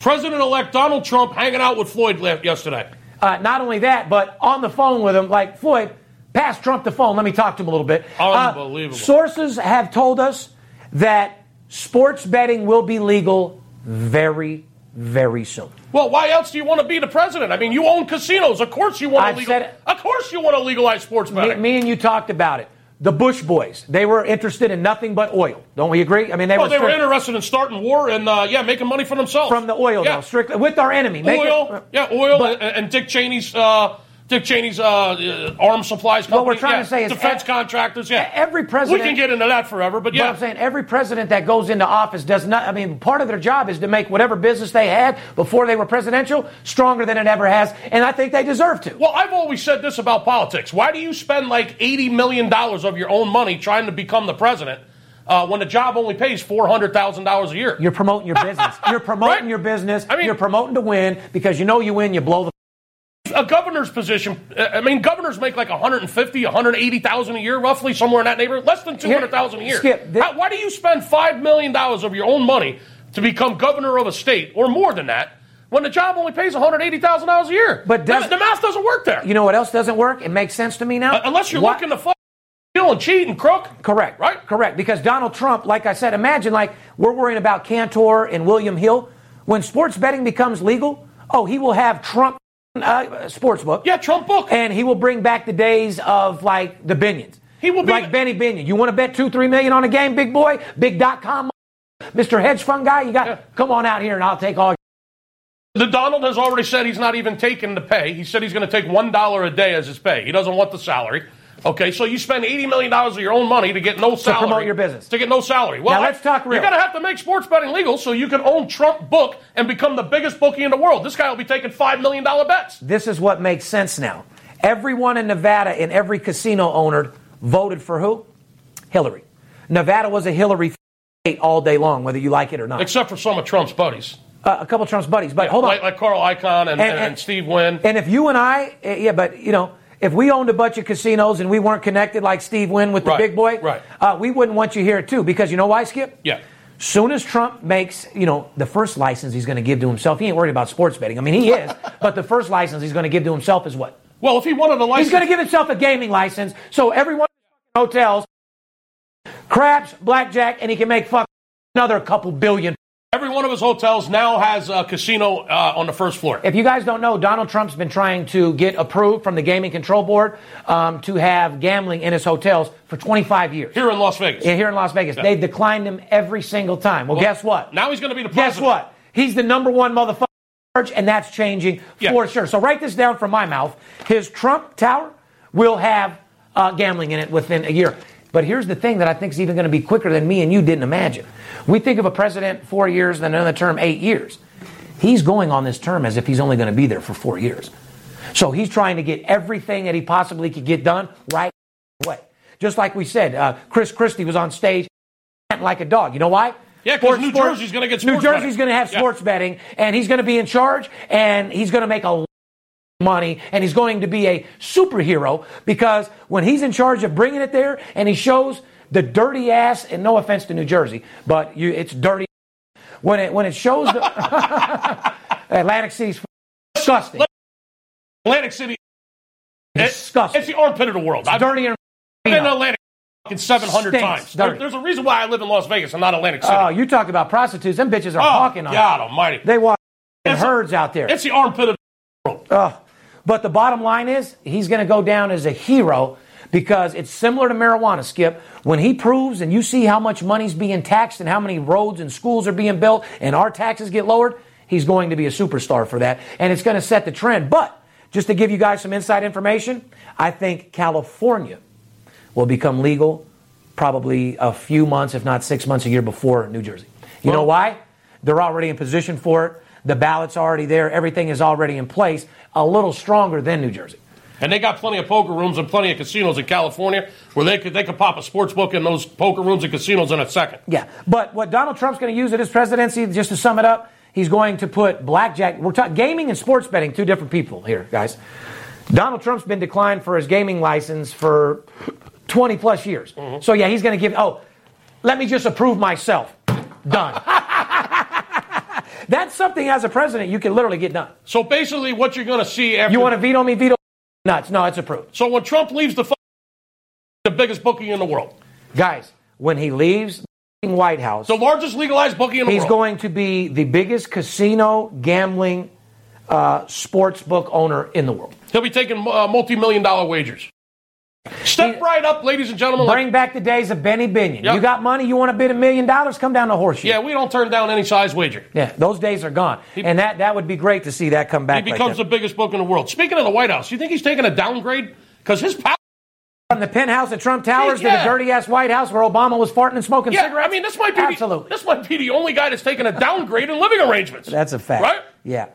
S3: President-elect Donald Trump hanging out with Floyd le- yesterday.
S1: Uh, not only that, but on the phone with him, like Floyd, pass Trump the phone. Let me talk to him a little bit. Uh,
S3: Unbelievable.
S1: sources have told us that sports betting will be legal very, very soon.
S3: Well, why else do you want to be the president? I mean, you own casinos. Of course you want
S1: I've
S3: to
S1: said
S3: legalize.
S1: it.
S3: Of course you want to legalize sports
S1: Me,
S3: betting.
S1: me and you talked about it. The Bush boys, they were interested in nothing but oil. Don't we agree? I mean, they were,
S3: well, Oh, they were
S1: strict-
S3: interested in starting war and uh, yeah, making money for themselves
S1: from the oil,
S3: Yeah,
S1: though, strictly with our enemy. Make it-
S3: oil. yeah, oil
S1: But-
S3: and, and Dick Cheney's. Uh, Dick Cheney's uh, uh, arms supplies company.
S1: What we're trying
S3: yeah,
S1: to say is
S3: defense
S1: e-
S3: contractors. Yeah,
S1: every president-
S3: We can get into that forever, but
S1: But
S3: yeah,
S1: I'm saying every president that goes into office does not. I mean, part of their job is to make whatever business they had before they were presidential stronger than it ever has, and I think they deserve to.
S3: Well, I've always said this about politics. Why do you spend like eighty million dollars of your own money trying to become the president uh, when the job only pays four hundred thousand dollars a year?
S1: You're promoting your business. You're promoting
S3: Right.
S1: your business.
S3: I mean-
S1: you're promoting to win because you know you win, you blow the.
S3: a governor's position. uh, I mean, governors make like 150, 180,000 a year, roughly somewhere in that neighborhood, less than 200,000 a year.
S1: Skip, thi-
S3: How- why do you spend 5 million dollars of your own money to become governor of a state or more than that when the job only pays 180,000 dollars a year?
S1: But
S3: the,
S1: does-
S3: the math doesn't work there.
S1: You know what else doesn't work? It makes sense to me now.
S3: Uh, unless you're
S1: Why-
S3: looking to fuck deal and cheat and crook.
S1: Correct.
S3: Right?
S1: Correct. Because Donald Trump, like I said, imagine like we're worrying about Cantor and William Hill. When sports betting becomes legal, oh, he will have Trump uh, sports book.
S3: Yeah, Trump book.
S1: And he will bring back the days of like the Binions.
S3: He will be-
S1: like Benny Binion. You want to bet two, three million on a game, big boy, big dot com, *laughs* Mr. Hedge Fund guy. You got
S3: Yeah.
S1: come on out here and I'll take all. your
S3: The Donald has already said he's not even taking the pay. He said he's going to take one dollar a day as his pay. He doesn't want the salary. Okay, so you spend eighty million dollars of your own money to get no salary
S1: promote your business.
S3: to get no salary. Well,
S1: Now let's talk real.
S3: You're going to have to make sports betting legal so you can own Trump book and become the biggest bookie in the world. This guy will be taking five million dollar bets.
S1: This is what makes sense now. Everyone in Nevada and every casino owner voted for who? Hillary. Nevada was a Hillary state all day long, whether you like it or not.
S3: Except for some of Trump's buddies,
S1: Uh, a couple of Trump's buddies, but hold on.
S3: like, like Carl Icahn and, and- and Steve Wynn.
S1: And if you and I, eh, yeah, but you know, if we owned a bunch of casinos and we weren't connected like Steve Wynn with the
S3: Right,
S1: big boy,
S3: right.
S1: uh, we wouldn't want you here too. Because you know why, Skip?
S3: yeah,
S1: Soon as Trump makes, you know, the first license he's going to give to himself, he ain't worried about sports betting. I mean, he
S3: *laughs*
S1: is, but the first license he's going to give to himself is what?
S3: well, if he wanted a license,
S1: He's going to give himself a gaming license, so everyone in hotels, craps, blackjack, and he can make fuck another couple billion.
S3: every one of his hotels now has a casino uh, on the first floor.
S1: If you guys don't know, Donald Trump's been trying to get approved from the Gaming Control Board um, to have gambling in his hotels for 25 years.
S3: here in Las Vegas.
S1: Yeah, here in Las Vegas, they've declined him every single time. Well, guess what?
S3: Now he's going to be the
S1: guess
S3: president.
S1: what? He's the number one motherfucker, in charge, and that's changing
S3: Yeah.
S1: for sure. So write this down from my mouth. His Trump Tower will have uh, gambling in it within a year. But here's the thing that I think is even going to be quicker than me and you didn't imagine. We think of a president four years, then another term eight years. He's going on this term as if he's only going to be there for four years. So he's trying to get everything that he possibly could get done right away. Just like we said, uh, Chris Christie was on stage like a dog. You know why?
S3: Yeah, 'cause
S1: Sports-
S3: New
S1: sports-
S3: Jersey's gonna get
S1: New
S3: sports
S1: Jersey's
S3: betting.
S1: going to have
S3: Yeah.
S1: sports betting, and he's going to be in charge, and he's going to make a lot of money, and he's going to be a superhero because when he's in charge of bringing it there, and he shows the dirty ass, and no offense to New Jersey, but you, it's dirty when it when it shows the *laughs* Atlantic City's disgusting,
S3: Atlantic City. It-
S1: Disgusting.
S3: It's the armpit of the world. I've
S1: dirty and
S3: been in Atlantic fucking 700
S1: Stinks,
S3: times. There-
S1: dirty.
S3: there's a reason why I live in Las Vegas and not Atlantic City.
S1: oh, you talk about prostitutes, them bitches are
S3: Oh,
S1: hawking on. it.
S3: God almighty.
S1: They walk in
S3: It's a-
S1: herds out there.
S3: it's the armpit of the world.
S1: But the bottom line is, he's going to go down as a hero because it's similar to marijuana, Skip. When he proves and you see how much money's being taxed and how many roads and schools are being built and our taxes get lowered, he's going to be a superstar for that. And it's going to set the trend. But just to give you guys some inside information, I think California will become legal probably a few months, if not six months, a year before New Jersey. You know why? They're already in position for it. The ballot's already there. Everything is already in place. A little stronger than New Jersey.
S3: and they got plenty of poker rooms and plenty of casinos in California where they could they could pop a sports book in those poker rooms and casinos in a second.
S1: Yeah. But what Donald Trump's going to use at his presidency, just to sum it up, he's going to put blackjack. We're talking gaming and sports betting, two different people here, guys. Donald Trump's been declined for his gaming license for 20 plus years. So, yeah, he's going to give, oh, let me just approve myself. Done. *laughs* That's something as a president you can literally get done.
S3: So basically, what you're going to see after
S1: You want to veto me? Veto nuts. No, it's approved.
S3: so when Trump leaves the fu- the biggest bookie in the world,
S1: Guys, when he leaves the White House,
S3: the largest legalized bookie in the
S1: he's
S3: world.
S1: going to be the biggest casino gambling uh, sports book owner in the world.
S3: He'll be taking uh, multi-million dollar wagers. Step right up, ladies and gentlemen. like-
S1: Bring back the days of Benny Binion.
S3: Yep.
S1: You got money, you want to bid a million dollars, come down to Horseshoe.
S3: yeah, we don't turn down any size wager.
S1: Yeah, those days are gone. and that, that would be great to see that come
S3: He
S1: back.
S3: becomes the
S1: like
S3: biggest book in the world. Speaking of the White House, you think he's taking a downgrade? Because his power.
S1: From the penthouse at Trump Towers to
S3: Yeah.
S1: the dirty ass White House where Obama was farting and smoking
S3: Yeah,
S1: cigarettes.
S3: I mean, this might be
S1: Absolutely.
S3: The, this might be the only guy that's taking a downgrade in living arrangements.
S1: That's a fact.
S3: right?
S1: Yeah.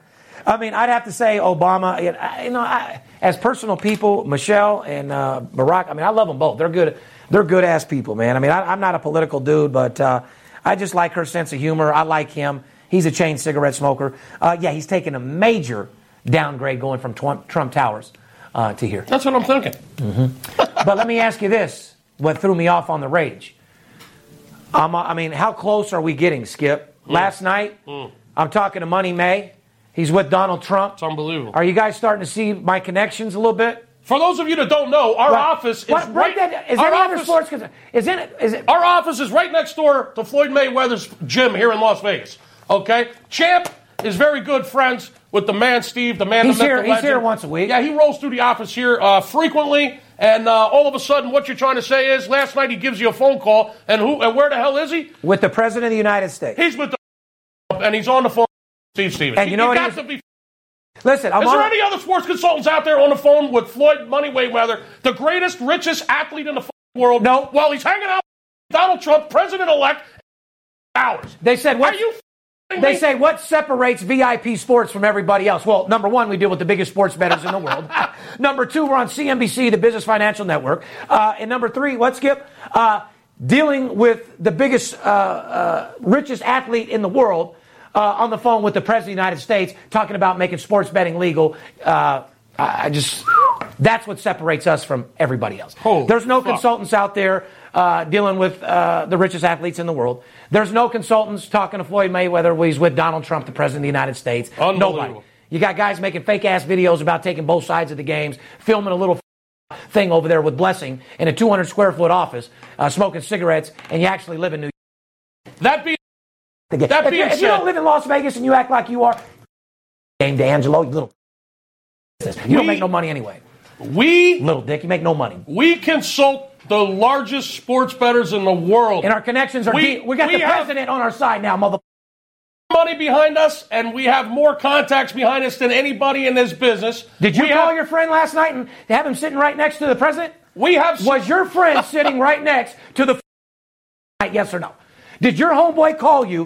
S1: I mean, I'd have to say Obama. You know, I, you know, I, as personal people, Michelle and uh, Barack. I mean, I love them both. They're good. They're good ass people, man. I mean, I, I'm not a political dude, but uh, I just like her sense of humor. I like him. He's a chain cigarette smoker. Uh, yeah, he's taken a major downgrade going from Trump, Trump Towers uh, to here.
S3: That's what I'm thinking.
S1: But let me ask you this: What threw me off on the rage? Um, I mean, how close are we getting, Skip?
S3: Mm.
S1: Last night, I'm talking to Money May. He's with Donald Trump.
S3: It's unbelievable.
S1: Are you guys starting to see my connections a little bit?
S3: For those of you that don't know, our office is
S1: What- break
S3: right.
S1: that- Is
S3: our
S1: there any other
S3: office-
S1: sports? concern? Is it? Is it?
S3: Our office is right next door to Floyd Mayweather's gym here in Las Vegas. Okay, Champ is very good friends with the man Steve, the man.
S1: He's
S3: the myth,
S1: here-
S3: the
S1: he's
S3: legend.
S1: here once a week.
S3: Yeah, he rolls through the office here uh, frequently, and uh, all of a sudden, what you're trying to say is, last night he gives you a phone call, and who and where the hell is he?
S1: With the president of the United States.
S3: He's with the and he's on the phone. with Steve Stevens.
S1: And you know what he
S3: got
S1: was-
S3: to be
S1: Listen, I'm
S3: is
S1: on.
S3: there any other sports consultants out there on the phone with Floyd Money Mayweather, the greatest, richest athlete in the fucking world?
S1: No.
S3: While he's hanging out with Donald Trump, president elect, hours.
S1: they said
S3: Are
S1: what?
S3: you? f***ing
S1: They
S3: me?
S1: say what separates VIP sports from everybody else? Well, number one, we deal with the biggest sports bettors in the
S3: *laughs*
S1: world. number two, we're on CNBC, the Business Financial Network. Uh, and number three, what, Skip? Uh, dealing with the biggest, uh, uh, richest athlete in the world uh, on the phone with the President of the United States talking about making sports betting legal. Uh, I I just, that's what separates us from everybody else.
S3: Holy
S1: There's no
S3: fuck.
S1: consultants out there uh, dealing with uh, the richest athletes in the world. There's no consultants talking to Floyd Mayweather when he's with Donald Trump, the president of the United States.
S3: Unbelievable.
S1: Nobody. You got guys making fake ass videos about taking both sides of the games, filming a little thing over there with Blessing in a 200 square foot office, uh, smoking cigarettes, and you actually live in New York.
S3: that be
S1: The game.
S3: That
S1: if, you,
S3: being
S1: if you
S3: said-
S1: don't live in Las Vegas and you act like you are, game D'Angelo, you little. You don't
S3: We-
S1: make no money anyway,
S3: we
S1: little dick. You make no money.
S3: we consult the largest sports bettors in the world.
S1: And our connections are
S3: We-
S1: deep. We got
S3: we
S1: the
S3: have-
S1: president on our side now, mother.
S3: money behind us, and we have more contacts behind us than anybody in this business.
S1: Did you
S3: we
S1: call
S3: have,
S1: your friend last night and have him sitting right next to the president?
S3: We have
S1: Was your
S3: *laughs*
S1: friend sitting right next to the *laughs* f- yes or no? Did your homeboy call you?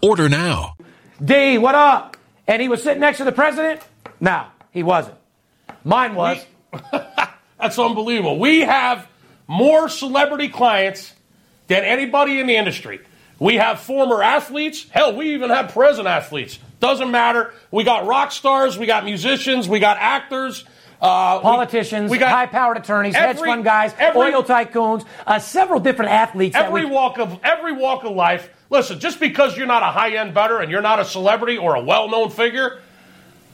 S4: Order now.
S1: D, what up? And he was sitting next to the president? No, he wasn't. Mine was.
S3: *laughs* That's unbelievable. We have more celebrity clients than anybody in the industry. We have former athletes. Hell, we even have present athletes. Doesn't matter. We got rock stars. We got musicians. We got actors. Uh, we-
S1: Politicians,
S3: We got
S1: high-powered attorneys, hedge
S3: every-
S1: fund guys,
S3: every-
S1: oil tycoons, uh, several different athletes. that
S3: every
S1: we-
S3: walk of every walk of life. Listen, just because you're not a high end better and you're not a celebrity or a well known figure,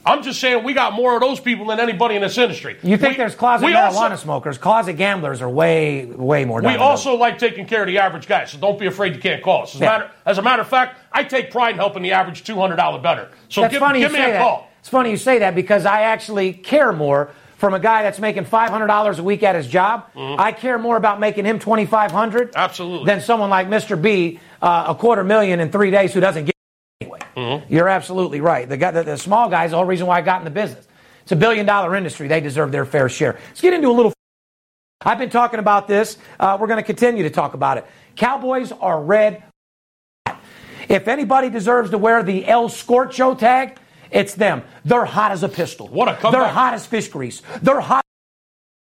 S3: I'm just saying we got more of those people than anybody in this industry.
S1: you think
S3: We-
S1: there's closet
S3: we
S1: marijuana
S3: also-
S1: smokers? Closet gamblers are way, way more.
S3: We
S1: dominant.
S3: also like taking care of the average guy, so don't be afraid you can't call us. As, a
S1: Yeah.
S3: matter, as a matter of fact, I take pride in helping the average $200 better. So
S1: That's
S3: give,
S1: funny
S3: give
S1: you
S3: me
S1: say
S3: a
S1: that.
S3: call.
S1: It's funny you say that because I actually care more from a guy that's making five hundred dollars a week at his job. I care more about making him twenty five hundred
S3: Mm-hmm. Absolutely.
S1: than someone like Mr. B uh, a quarter million in three days who doesn't get anyway.
S3: Mm-hmm.
S1: You're absolutely right. The guy, the, the small guy is the whole reason why I got in the business. It's a billion dollar industry. They deserve their fair share. Let's get into a little. I've been talking about this. Uh, we're going to continue to talk about it. Cowboys are red if anybody deserves to wear the El Scorcho tag, it's them. They're hot as a pistol.
S3: What a comeback.
S1: They're hot as fish grease. They're hot.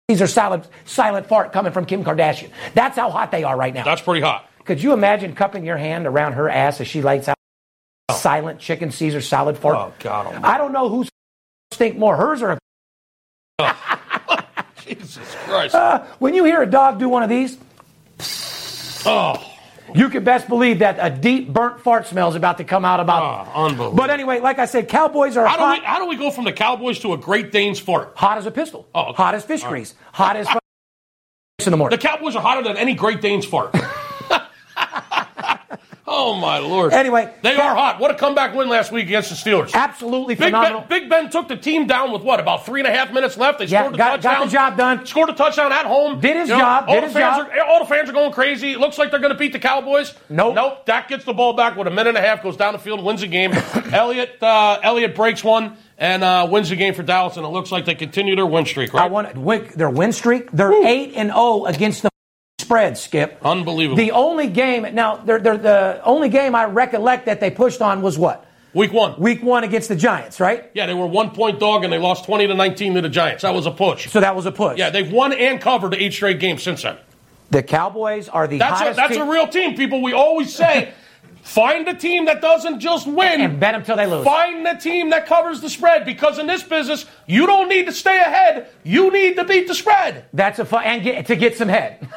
S1: These are silent, silent fart coming from Kim Kardashian. That's how hot they are right now.
S3: That's pretty hot.
S1: Could you imagine cupping your hand around her ass as she lights out silent chicken Caesar salad fart?
S3: Oh, God almighty.
S1: I don't know whose stink more, hers or
S3: Jesus Christ.
S1: uh, when you hear a dog do one of these.
S3: oh,
S1: You can best believe that a deep burnt fart smell is about to come out about.
S3: Oh, unbelievable.
S1: But anyway, like I said, Cowboys are
S3: how, do
S1: hot.
S3: we, how do we go from the Cowboys to a Great Dane's fart?
S1: Hot as a pistol.
S3: Oh, okay.
S1: Hot as fish grease. Hot as in the
S3: The
S1: morning.
S3: Cowboys are hotter than any Great Dane's fart. *laughs* oh, my Lord.
S1: Anyway,
S3: They are hot. What a comeback win last week against the Steelers.
S1: absolutely
S3: Big ben,
S1: phenomenal.
S3: Big Ben took the team down with what about three and a half minutes left. They
S1: Yeah,
S3: scored a
S1: got- got
S3: touchdown.
S1: the job done.
S3: Scored a touchdown at home.
S1: Did his job,
S3: All
S1: did
S3: the
S1: his
S3: fans
S1: job.
S3: are all the fans are going crazy. It looks like they're going to beat the Cowboys.
S1: Nope.
S3: nope. Dak gets the ball back with a minute and a half. Goes down the field, wins
S1: *laughs*
S3: the game. Elliott uh, Elliott breaks one and uh, wins the game for Dallas. And it looks like they continue their win streak. Right?
S1: I want win, their win streak. They're eight and zero against the spread. Skip.
S3: Unbelievable.
S1: The only game now, they're, they're, the only game I recollect that they pushed on was what
S3: Week one.
S1: Week one against the Giants, right?
S3: yeah, they were one point dog and they lost 20 to 19 to the Giants. That was a push.
S1: So that was a push.
S3: yeah, they've won and covered eight straight games since then.
S1: The Cowboys are the
S3: That's a,
S1: hottest
S3: that's
S1: team-
S3: a real team, people. We always
S1: *laughs*
S3: say, find the team that doesn't just win.
S1: And bet 'em till they lose.
S3: Find the team that covers the spread because in this business, you don't need to stay ahead. You need to beat the spread
S1: That's a fun and get, to get some head.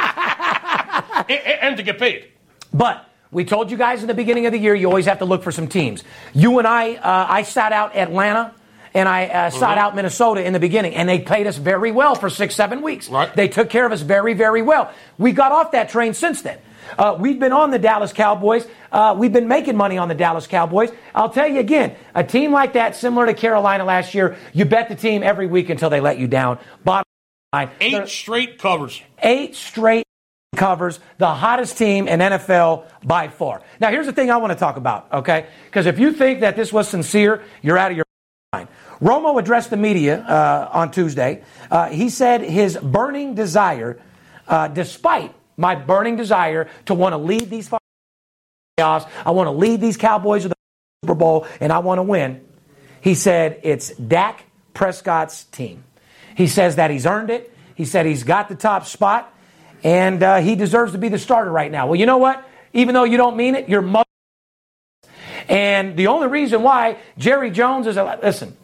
S3: A- a- and to get paid.
S1: But we told you guys in the beginning of the year, you always have to look for some teams. You and I, uh, I sought out Atlanta and I uh, sought out Minnesota in the beginning, and they played us very well for six, seven weeks.
S3: Right.
S1: They took care of us very, very well. We got off that train since then. Uh, we've been on the Dallas Cowboys. Uh, we've been making money on the Dallas Cowboys. I'll tell you again, a team like that, similar to Carolina last year, you bet the team every week until they let you down. Bottom line,
S3: Eight straight covers.
S1: eight straight covers, the hottest team in NFL by far. Now, here's the thing I want to talk about, okay? Because if you think that this was sincere, you're out of your mind. Romo addressed the media uh, on Tuesday. Uh, he said his burning desire, uh, despite my burning desire to want to lead these fucking playoffs, I want to lead these Cowboys to the Super Bowl, and I want to win. He said it's Dak Prescott's team. He says that he's earned it. He said he's got the top spot, and uh, he deserves to be the starter right now. Well, you know what? Even though you don't mean it, you're mother. And the only reason why Jerry Jones is a listen.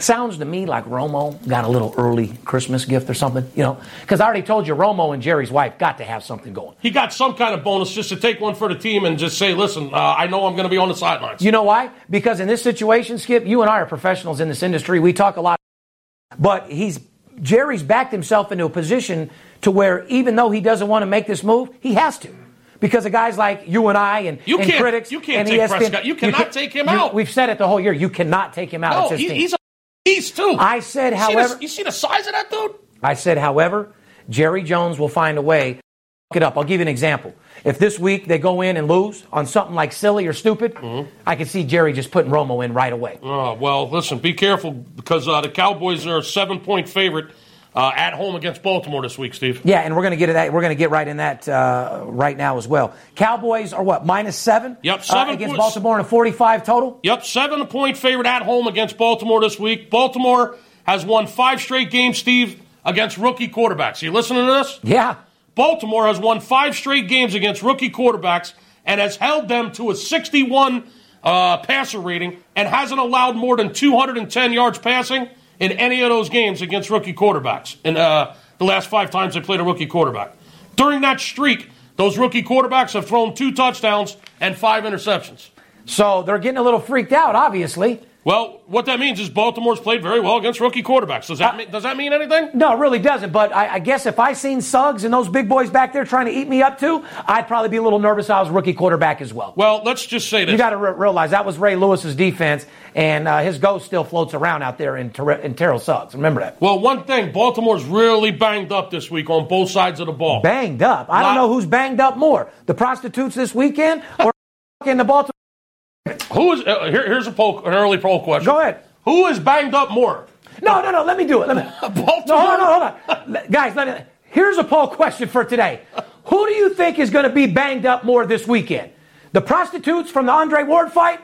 S1: Sounds to me like Romo got a little early Christmas gift or something, you know? Because I already told you, Romo and Jerry's wife got to have something going.
S3: He got some kind of bonus just to take one for the team and just say, listen, uh, I know I'm going to be on the sidelines.
S1: You know why? Because in this situation, Skip, you and I are professionals in this industry. We talk a lot, but he's Jerry's backed himself into a position to where even though he doesn't want to make this move, he has to. Because of guys like you and I and,
S3: You
S1: and
S3: can't-
S1: critics,
S3: you can't
S1: and E
S3: take
S1: ESPN,
S3: Prescott. You cannot
S1: can't-
S3: take him
S1: you-
S3: out.
S1: We've said it the whole year. You cannot take him out.
S3: no,
S1: It's his
S3: he-
S1: team.
S3: he's a beast, too.
S1: I said,
S3: You see the-
S1: however-
S3: you see the size of that dude?
S1: I said, however, Jerry Jones will find a way to fuck it up. I'll give you an example. If this week they go in and lose on something like silly or stupid,
S3: Mm-hmm.
S1: I could see Jerry just putting Romo in right away.
S3: Uh, well, listen, be careful because uh, the Cowboys are a seven point favorite uh, at home against Baltimore this week, Steve.
S1: Yeah, and we're going to get to that. We're going to get right in that uh, right now as well. Cowboys are what minus seven?
S3: Yep,
S1: uh,
S3: seven
S1: against
S3: points.
S1: Baltimore in a forty-five total.
S3: Yep, seven point favorite at home against Baltimore this week. Baltimore has won five straight games, Steve, against rookie quarterbacks. You listening to this?
S1: Yeah,
S3: Baltimore has won five straight games against rookie quarterbacks and has held them to a 61 uh, passer rating and hasn't allowed more than 210 yards passing in any of those games against rookie quarterbacks in uh, the last five times they played a rookie quarterback. During that streak, those rookie quarterbacks have thrown two touchdowns and five interceptions.
S1: so they're getting a little freaked out, obviously.
S3: Well, what that means is Baltimore's played very well against rookie quarterbacks. Does
S1: Uh,
S3: that mean, does that mean anything?
S1: No, it really doesn't. But I, I guess if I seen Suggs and those big boys back there trying to eat me up too, I'd probably be a little nervous. I was rookie quarterback as well.
S3: Well, let's just say this.
S1: You got to re- realize that was Ray Lewis's defense, and uh, his ghost still floats around out there in, Ter- in Terrell Suggs. Remember that.
S3: well, one thing, Baltimore's really banged up this week on both sides of the ball.
S1: Banged up. I don't
S3: Lot-
S1: know who's banged up more, the prostitutes this weekend
S3: *laughs*
S1: or in the Baltimore.
S3: Who is uh, here, here's a poll, an early poll question.
S1: Go ahead.
S3: Who is banged up more?
S1: No, no, no. Let me do it. Let me.
S3: *laughs* Baltimore?
S1: No, hold on, hold on. Le- Guys, let me, here's a poll question for today. Who do you think is going to be banged up more this weekend? The prostitutes from the Andre Ward fight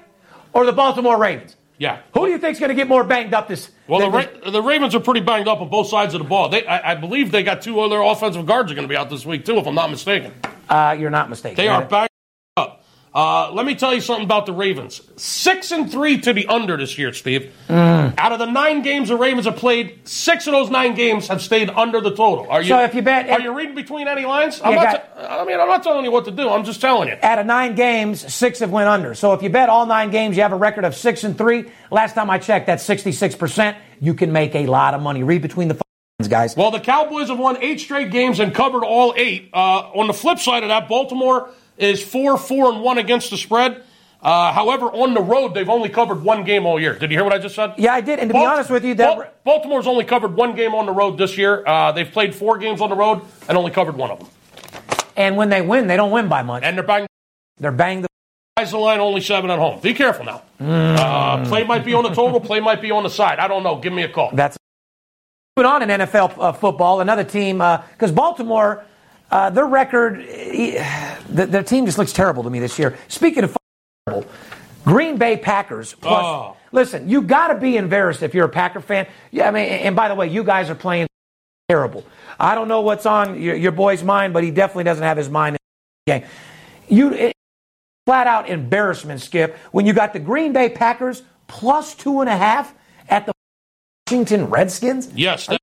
S1: or the Baltimore Ravens?
S3: Yeah.
S1: Who do you think's going to get more banged up this?
S3: Well, the,
S1: th- this-
S3: Ra- the Ravens are pretty banged up on both sides of the ball. They, I, I believe they got two other offensive guards are going to be out this week too, if I'm not mistaken.
S1: uh, you're not mistaken.
S3: They
S1: Got
S3: are
S1: it.
S3: banged up. Uh, let me tell you something about the Ravens. Six and three to the under this year, Steve.
S1: Mm.
S3: Out of the nine games the Ravens have played, six of those nine games have stayed under the total. Are you?
S1: So if you bet-
S3: are you reading between any lines? I'm
S1: You
S3: not
S1: got-
S3: t- I mean, I'm not telling you what to do. I'm just telling you.
S1: out of nine games, six have went under. So if you bet all nine games, you have a record of six and three. Last time I checked, that's sixty-six percent. You can make a lot of money. Read between the lines, guys.
S3: Well, the Cowboys have won eight straight games and covered all eight. Uh, on the flip side of that, Baltimore is four, four, and one against the spread. Uh, however, on the road, they've only covered one game all year. Did you hear what I just said?
S1: Yeah, I did. And to be
S3: Balt-
S1: honest with you, that-
S3: Bal- Baltimore's only covered one game on the road this year. Uh, they've played four games on the road and only covered one of them.
S1: and when they win, they don't win by much.
S3: And they're banged.
S1: They're banged. up.
S3: Guys, the line only seven at home. Be careful now. Uh, play might be on the total. Play might be on the side. I don't know. Give me a call.
S1: That's moving on in NFL uh, football. Another team because Baltimore, uh, e, *sighs* their record, eh, eh, th- their team just looks terrible to me this year. Speaking of terrible, Green Bay Packers. Plus,
S3: Oh.
S1: listen, you got to be embarrassed if you're a Packer fan. Yeah, I mean, and by the way, you guys are playing terrible. I don't know what's on your, your boy's mind, but he definitely doesn't have his mind in the game. You it- flat out embarrassment, Skip, when you got the Green Bay Packers plus two and a half at the Washington Redskins.
S3: Yes. that-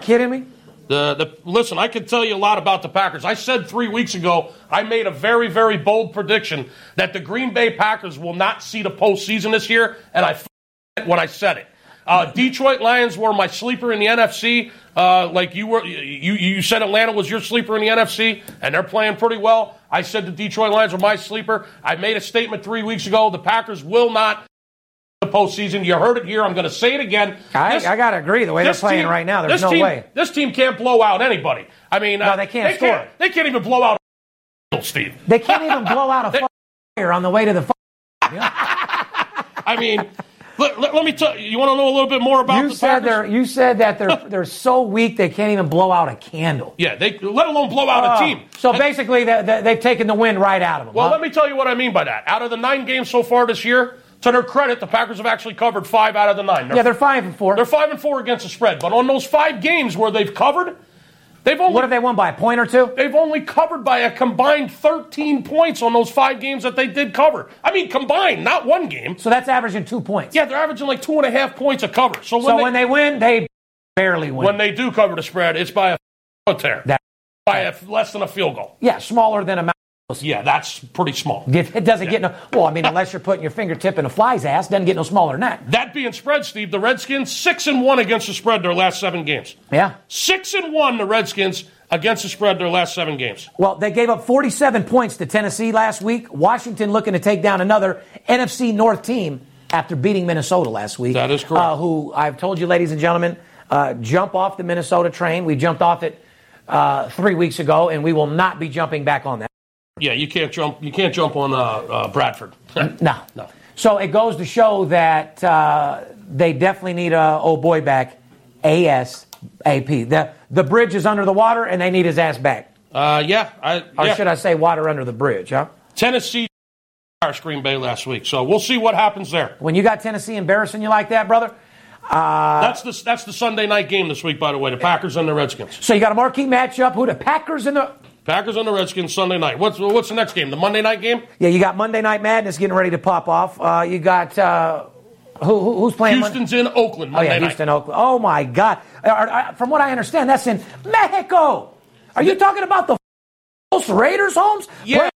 S1: Kidding me?
S3: The, the listen, I can tell you a lot about the Packers. I said three weeks ago, I made a very, very bold prediction that the Green Bay Packers will not see the postseason this year, and I f- it when I said it. Uh, Detroit Lions were my sleeper in the NFC. Uh, like you were, you you said Atlanta was your sleeper in the NFC, and they're playing pretty well. I said the Detroit Lions were my sleeper. I made a statement three weeks ago: the Packers will not the postseason. You heard it here. I'm going to say it again.
S1: I,
S3: This-
S1: I got to agree. The way they're
S3: this
S1: playing
S3: team-
S1: right now, there's
S3: this
S1: no
S3: team-
S1: way.
S3: This team can't blow out anybody. I mean, uh,
S1: No, they can't score.
S3: they can't even blow out Steve.
S1: They can't even blow
S3: *laughs*
S1: out a fucking fire on the way to the. fucking-
S3: I
S1: *laughs*
S3: mean, let, let, let me tell you. You want to know a little bit more about
S1: You
S3: the
S1: said
S3: Packers?
S1: they're. You said that
S3: *laughs*
S1: they're they're so weak they can't even blow out a candle. Ah.
S3: yeah, they let alone blow out a team.
S1: Oh, So
S3: And-
S1: basically, they, they, they've taken the wind right out of them.
S3: well,
S1: huh?
S3: let me tell you what I mean by that. Out of the nine games so far this year, to their credit, the Packers have actually covered five out of the nine. They're
S1: yeah, they're five and four.
S3: They're five and four against the spread, but on those five games where they've covered, they've only
S1: what have they won by a point or two?
S3: They've only covered by a combined 13 points on those five games that they did cover. I mean, combined, not one game.
S1: So that's averaging two points.
S3: Yeah, they're averaging like two and a half points a cover. So when,
S1: So
S3: they,
S1: when they win, they barely win.
S3: when they do cover the spread, it's by a foot there,
S1: That-
S3: by a, less than a field goal.
S1: yeah, smaller than a mouse.
S3: Yeah, that's pretty small.
S1: It it doesn't get no. Well, I mean, unless you're putting your fingertip in a fly's ass, doesn't get no smaller than that.
S3: That being spread, Steve, the Redskins six and one against the spread their last seven games.
S1: Yeah.
S3: Six and one, the Redskins against the spread their last seven games.
S1: Well, they gave up 47 points to Tennessee last week. Washington looking to take down another NFC North team after beating Minnesota last week.
S3: That is correct.
S1: Uh, who I've told you, ladies and gentlemen, uh, jump off the Minnesota train. We jumped off it uh, three weeks ago, and we will not be jumping back on that.
S3: Yeah, you can't jump. You can't jump on uh, uh, Bradford.
S1: No.
S3: No.
S1: So it goes to show that uh, they definitely need a old boy back ASAP. The, the bridge is under the water, and they need his ass back.
S3: *laughs* Uh, yeah, I,
S1: Or
S3: yeah.
S1: should I say water under the bridge, huh?
S3: Tennessee our Green Bay last week, so we'll see what happens there.
S1: When you got Tennessee embarrassing you like that, brother,
S3: that's the that's the Sunday night game this week, by the way. The Packers and the Redskins.
S1: So you got a marquee matchup. Who the Packers and the
S3: Packers and the Redskins Sunday night. What's what's the next game? The Monday night game.
S1: yeah? You got Monday Night Madness getting ready to pop off. Uh, you got uh, who, who- who's playing? Monday?
S3: Houston's in Oakland
S1: Oh
S3: Monday
S1: yeah,
S3: night.
S1: Houston, Oakland. Oh my God! Are- are- From what I understand, that's in Mexico. Are you talking about the Los Raiders, Holmes?
S3: Yeah.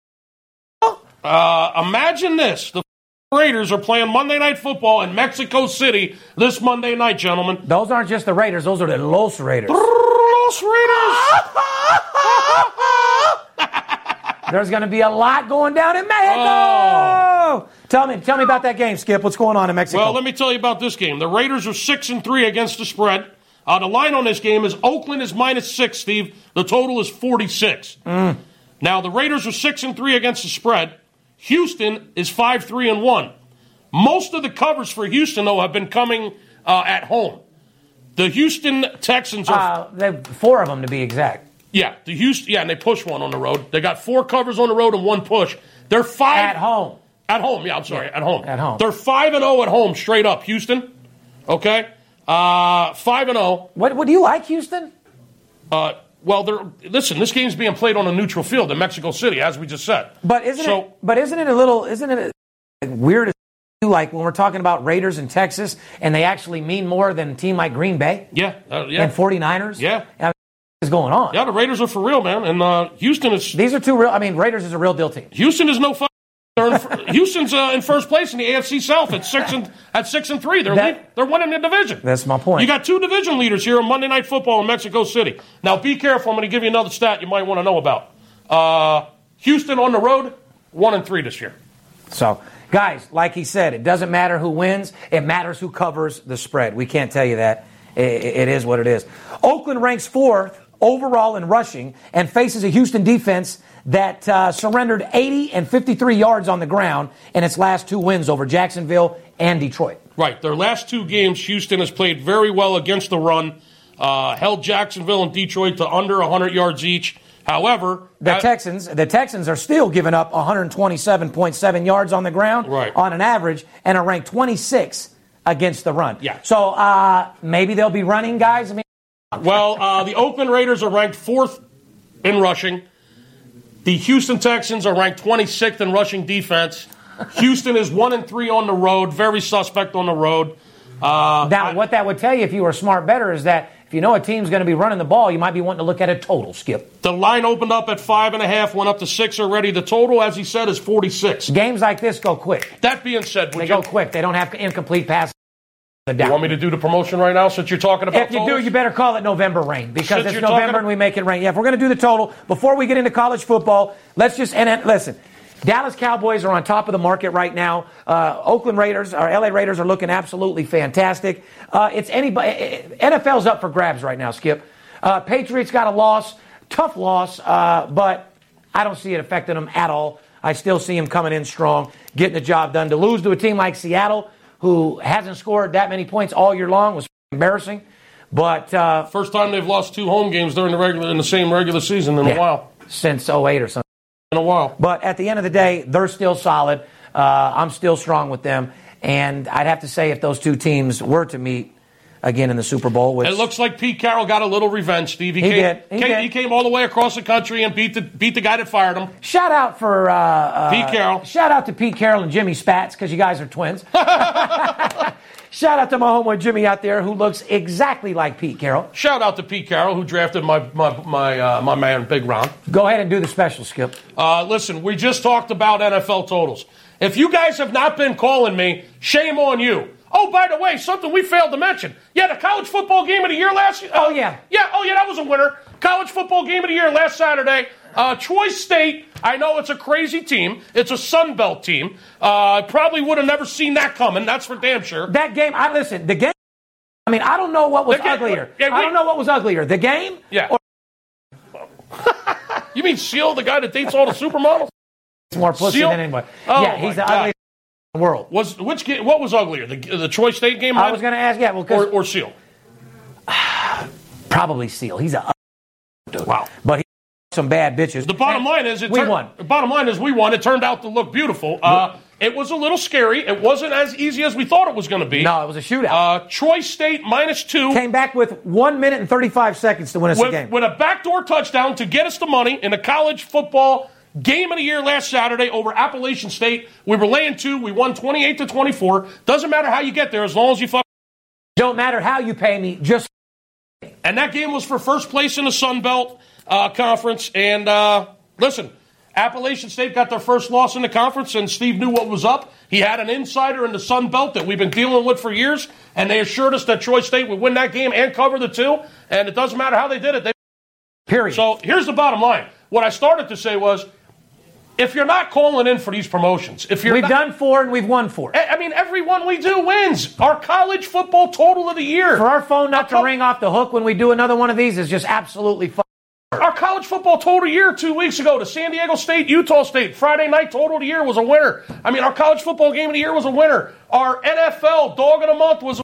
S3: Uh, imagine this: the Raiders are playing Monday night football in Mexico City this Monday night, gentlemen.
S1: Those aren't just the Raiders; those are the Los Raiders. *laughs*
S3: Los *laughs* Raiders.
S1: There's going to be a lot going down in Mexico.
S3: Oh.
S1: Tell me, tell me about that game, Skip. What's going on in Mexico?
S3: Well, let me tell you about this game. The Raiders are six and three against the spread. Uh, the line on this game is Oakland is minus six, Steve. The total is forty six.
S1: Mm.
S3: Now the Raiders are six and three against the spread. Houston is five three and one. Most of the covers for Houston though have been coming uh, at home. The Houston Texans are
S1: uh, they- four of them to be exact.
S3: yeah the Houston yeah and they push one on the road. They got four covers on the road and one push. They're five
S1: At home,
S3: at home, yeah, I'm sorry. At home.
S1: at home.
S3: They're 5 and 0 at home straight up, Houston. Okay? Uh 5 and 0.
S1: what, what do you like, Houston?
S3: Uh well, they're listen, this game's being played on a neutral field in Mexico City as we just said.
S1: But isn't
S3: so,
S1: it? But isn't it a little? Isn't it weird? As like when we're talking about Raiders in Texas, and they actually mean more than a team like Green Bay
S3: yeah, uh, yeah.
S1: and 49ers.
S3: Yeah.
S1: I mean, what is going on.
S3: yeah, the Raiders are for real, man. And uh Houston is
S1: These are two real. I mean, Raiders is a real deal team.
S3: Houston is no fun. They're in, fir- *laughs* Houston's uh, in first place in the AFC South at 6 and at 6 and 3. They're
S1: That-
S3: lead- they're winning the division.
S1: That's my point.
S3: You got two division leaders here on Monday Night Football in Mexico City. Now, be careful. I'm going to give you another stat you might want to know about. Uh, Houston on the road, one and three this year.
S1: so, guys, like he said, it doesn't matter who wins. It matters who covers the spread. We can't tell you that. I- I- it is what it is. Oakland ranks fourth overall in rushing and faces a Houston defense that uh, surrendered 80 and 53 yards on the ground in its last two wins over Jacksonville and Detroit.
S3: Right. Their last two games, Houston has played very well against the run, uh, held Jacksonville and Detroit to under 100 yards each, However,
S1: The
S3: I-
S1: Texans, the Texans are still giving up 127.7 yards on the ground
S3: Right.
S1: on an average, and are ranked 26 against the run.
S3: Yeah.
S1: So uh, maybe they'll be running guys. I mean,
S3: Well, uh, the Oakland Raiders are ranked fourth in rushing. The Houston Texans are ranked 26th in rushing defense. Houston is one and three on the road, very suspect on the road.
S1: now what that would tell you if you were a smart better is that if you know a team's going to be running the ball, you might be wanting to look at a total skip.
S3: The line opened up at five and a half, went up to six already. The total, as he said, is 46.
S1: Games like this go quick.
S3: That being said, would
S1: They
S3: you,
S1: go quick. They don't have incomplete passes.
S3: you *laughs* want me to do the promotion right now since you're talking about
S1: If you do,
S3: totals?
S1: you better call it November rain because
S3: Since
S1: it's
S3: you're
S1: November
S3: talking-
S1: and we make it rain. Yeah, if we're going to do the total before we get into college football, let's just and, and listen. Dallas Cowboys are on top of the market right now. Uh, Oakland Raiders or LA Raiders are looking absolutely fantastic. Uh, it's anybody. NFL's up for grabs right now. Skip. Uh, Patriots got a loss, tough loss, uh, but I don't see it affecting them at all. I still see them coming in strong, getting the job done. To lose to a team like Seattle, who hasn't scored that many points all year long, was embarrassing. But uh,
S3: First time they've lost two home games during the regular in the same regular season in
S1: Yeah.
S3: a while.
S1: since 08 or something.
S3: In a while.
S1: But at the end of the day, they're still solid. Uh, I'm still strong with them. And I'd have to say, if those two teams were to meet again in the Super Bowl, which
S3: It looks like Pete Carroll got a little revenge, Steve.
S1: He
S3: came,
S1: did. He
S3: came,
S1: did.
S3: He came all the way across the country and beat the beat the guy that fired him.
S1: shout out for uh, uh,
S3: Pete Carroll.
S1: shout out to Pete Carroll and Jimmy Spatz because you guys are
S3: *laughs*
S1: twins. shout out to my homeboy Jimmy out there who looks exactly like Pete Carroll.
S3: Shout out to Pete Carroll who drafted my my my, uh, my man Big Ron.
S1: Go ahead and do the special, Skip.
S3: Uh, listen, we just talked about NFL totals. If you guys have not been calling me, shame on you. Oh, by the way, something we failed to mention. Yeah, the college football game of the year last year.
S1: Oh, yeah.
S3: Yeah, oh, yeah, that was a winner. College football game of the year last Saturday. Uh, Troy State, I know it's a crazy team. It's a Sun Belt team. Uh, probably would have never seen that coming. That's for damn sure.
S1: That game, I listen. The game. I mean, I don't know what was
S3: The game-
S1: uglier.
S3: Yeah,
S1: I
S3: we-
S1: don't know what was uglier. The game.
S3: Yeah.
S1: Or
S3: *laughs* You mean Seal, the guy that dates all the supermodels?
S1: it's more pussy
S3: Seal?
S1: than anyone.
S3: Oh,
S1: yeah, he's
S3: my
S1: the
S3: God.
S1: ugliest in the world.
S3: Was which game, What was uglier, the the Troy State game
S1: I was going to ask, yeah, well, 'cause
S3: or, or Seal?
S1: probably Seal. He's a
S3: Wow.
S1: but he some bad bitches.
S3: The bottom line is it
S1: we
S3: tur-
S1: won.
S3: The bottom line is we won. It turned out to look beautiful. Uh, it was a little scary. It wasn't as easy as we thought it was going to be.
S1: No, it was a shootout.
S3: Uh, Troy State minus two
S1: Came back with one minute and thirty-five seconds to win us the game.
S3: with, with a backdoor touchdown to get us the money in the college football game of the year last Saturday over Appalachian State. We were laying two. We won twenty eight to twenty four. Doesn't matter how you get there as long as you fuck.
S1: Don't matter how you pay me, just
S3: And that game was for first place in the Sun Belt uh, Conference. And uh, listen, Appalachian State got their first loss in the conference, and Steve knew what was up. He had an insider in the Sun Belt that we've been dealing with for years, and they assured us that Troy State would win that game and cover the two. And it doesn't matter how they did it. They-
S1: period.
S3: so here's the bottom line. What I started to say was, if you're not calling in for these promotions, if you're
S1: we've
S3: not-
S1: done four and we've won four.
S3: I I mean, everyone we do wins. Our college football total of the year.
S1: For our phone not to
S3: How come-
S1: ring off the hook when we do another one of these is just absolutely fun.
S3: Our college football total year two weeks ago to San Diego State, Utah State. Friday night total of the year was a winner. I mean, our college football game of the year was a winner. Our NFL dog of the month was a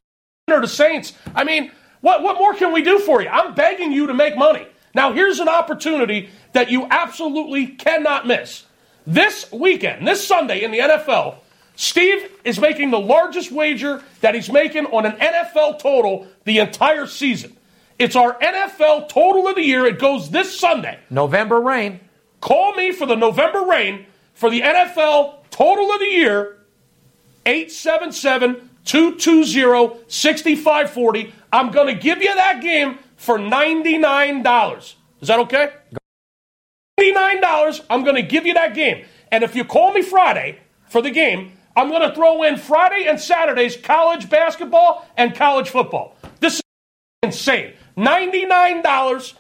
S3: winner to Saints. I mean, what, what more can we do for you? I'm begging you to make money. Now, here's an opportunity that you absolutely cannot miss. This weekend, this Sunday in the NFL, Steve is making the largest wager that he's making on an NFL total the entire season. It's our NFL total of the year. It goes this Sunday.
S1: November rain.
S3: Call me for the November rain for the NFL total of the year, 877 220 6540. I'm going to give you that game for $99. Is that okay? $99. I'm going to give you that game. And if you call me Friday for the game, I'm going to throw in Friday and Saturday's college basketball and college football. This is insane. $99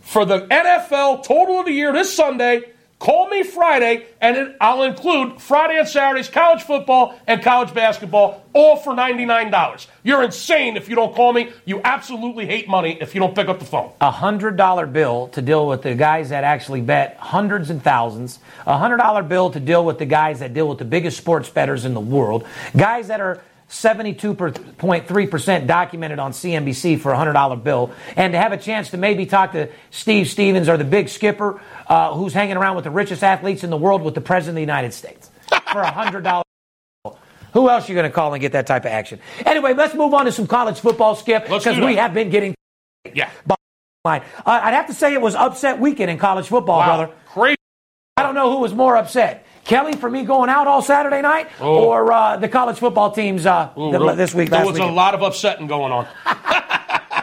S3: for the NFL total of the year this Sunday. Call me Friday, and it, I'll include Friday and Saturday's college football and college basketball, all for $99. You're insane if you don't call me. You absolutely hate money if you don't pick up the phone.
S1: a hundred dollar bill to deal with the guys that actually bet hundreds and thousands, a hundred dollar bill to deal with the guys that deal with the biggest sports betters in the world, guys that are 72.3% documented on CNBC for a $100 bill, and to have a chance to maybe talk to Steve Stevens or the big skipper uh, who's hanging around with the richest athletes in the world with the President of the United States for a $100 bill. Who else are you going to call and get that type of action? Anyway, let's move on to some college football, Skip,
S3: Let's
S1: because
S3: do
S1: we
S3: that.
S1: have been getting
S3: Yeah.
S1: line. Uh, I'd have to say it was upset weekend in college football,
S3: Wow.
S1: brother.
S3: Crazy.
S1: I don't know who was more upset. Kelly for me going out all Saturday night,
S3: Oh.
S1: or uh, the college football teams uh, th-
S3: There-
S1: this week,
S3: There
S1: last
S3: was a
S1: weekend?
S3: lot of upsetting going on. *laughs*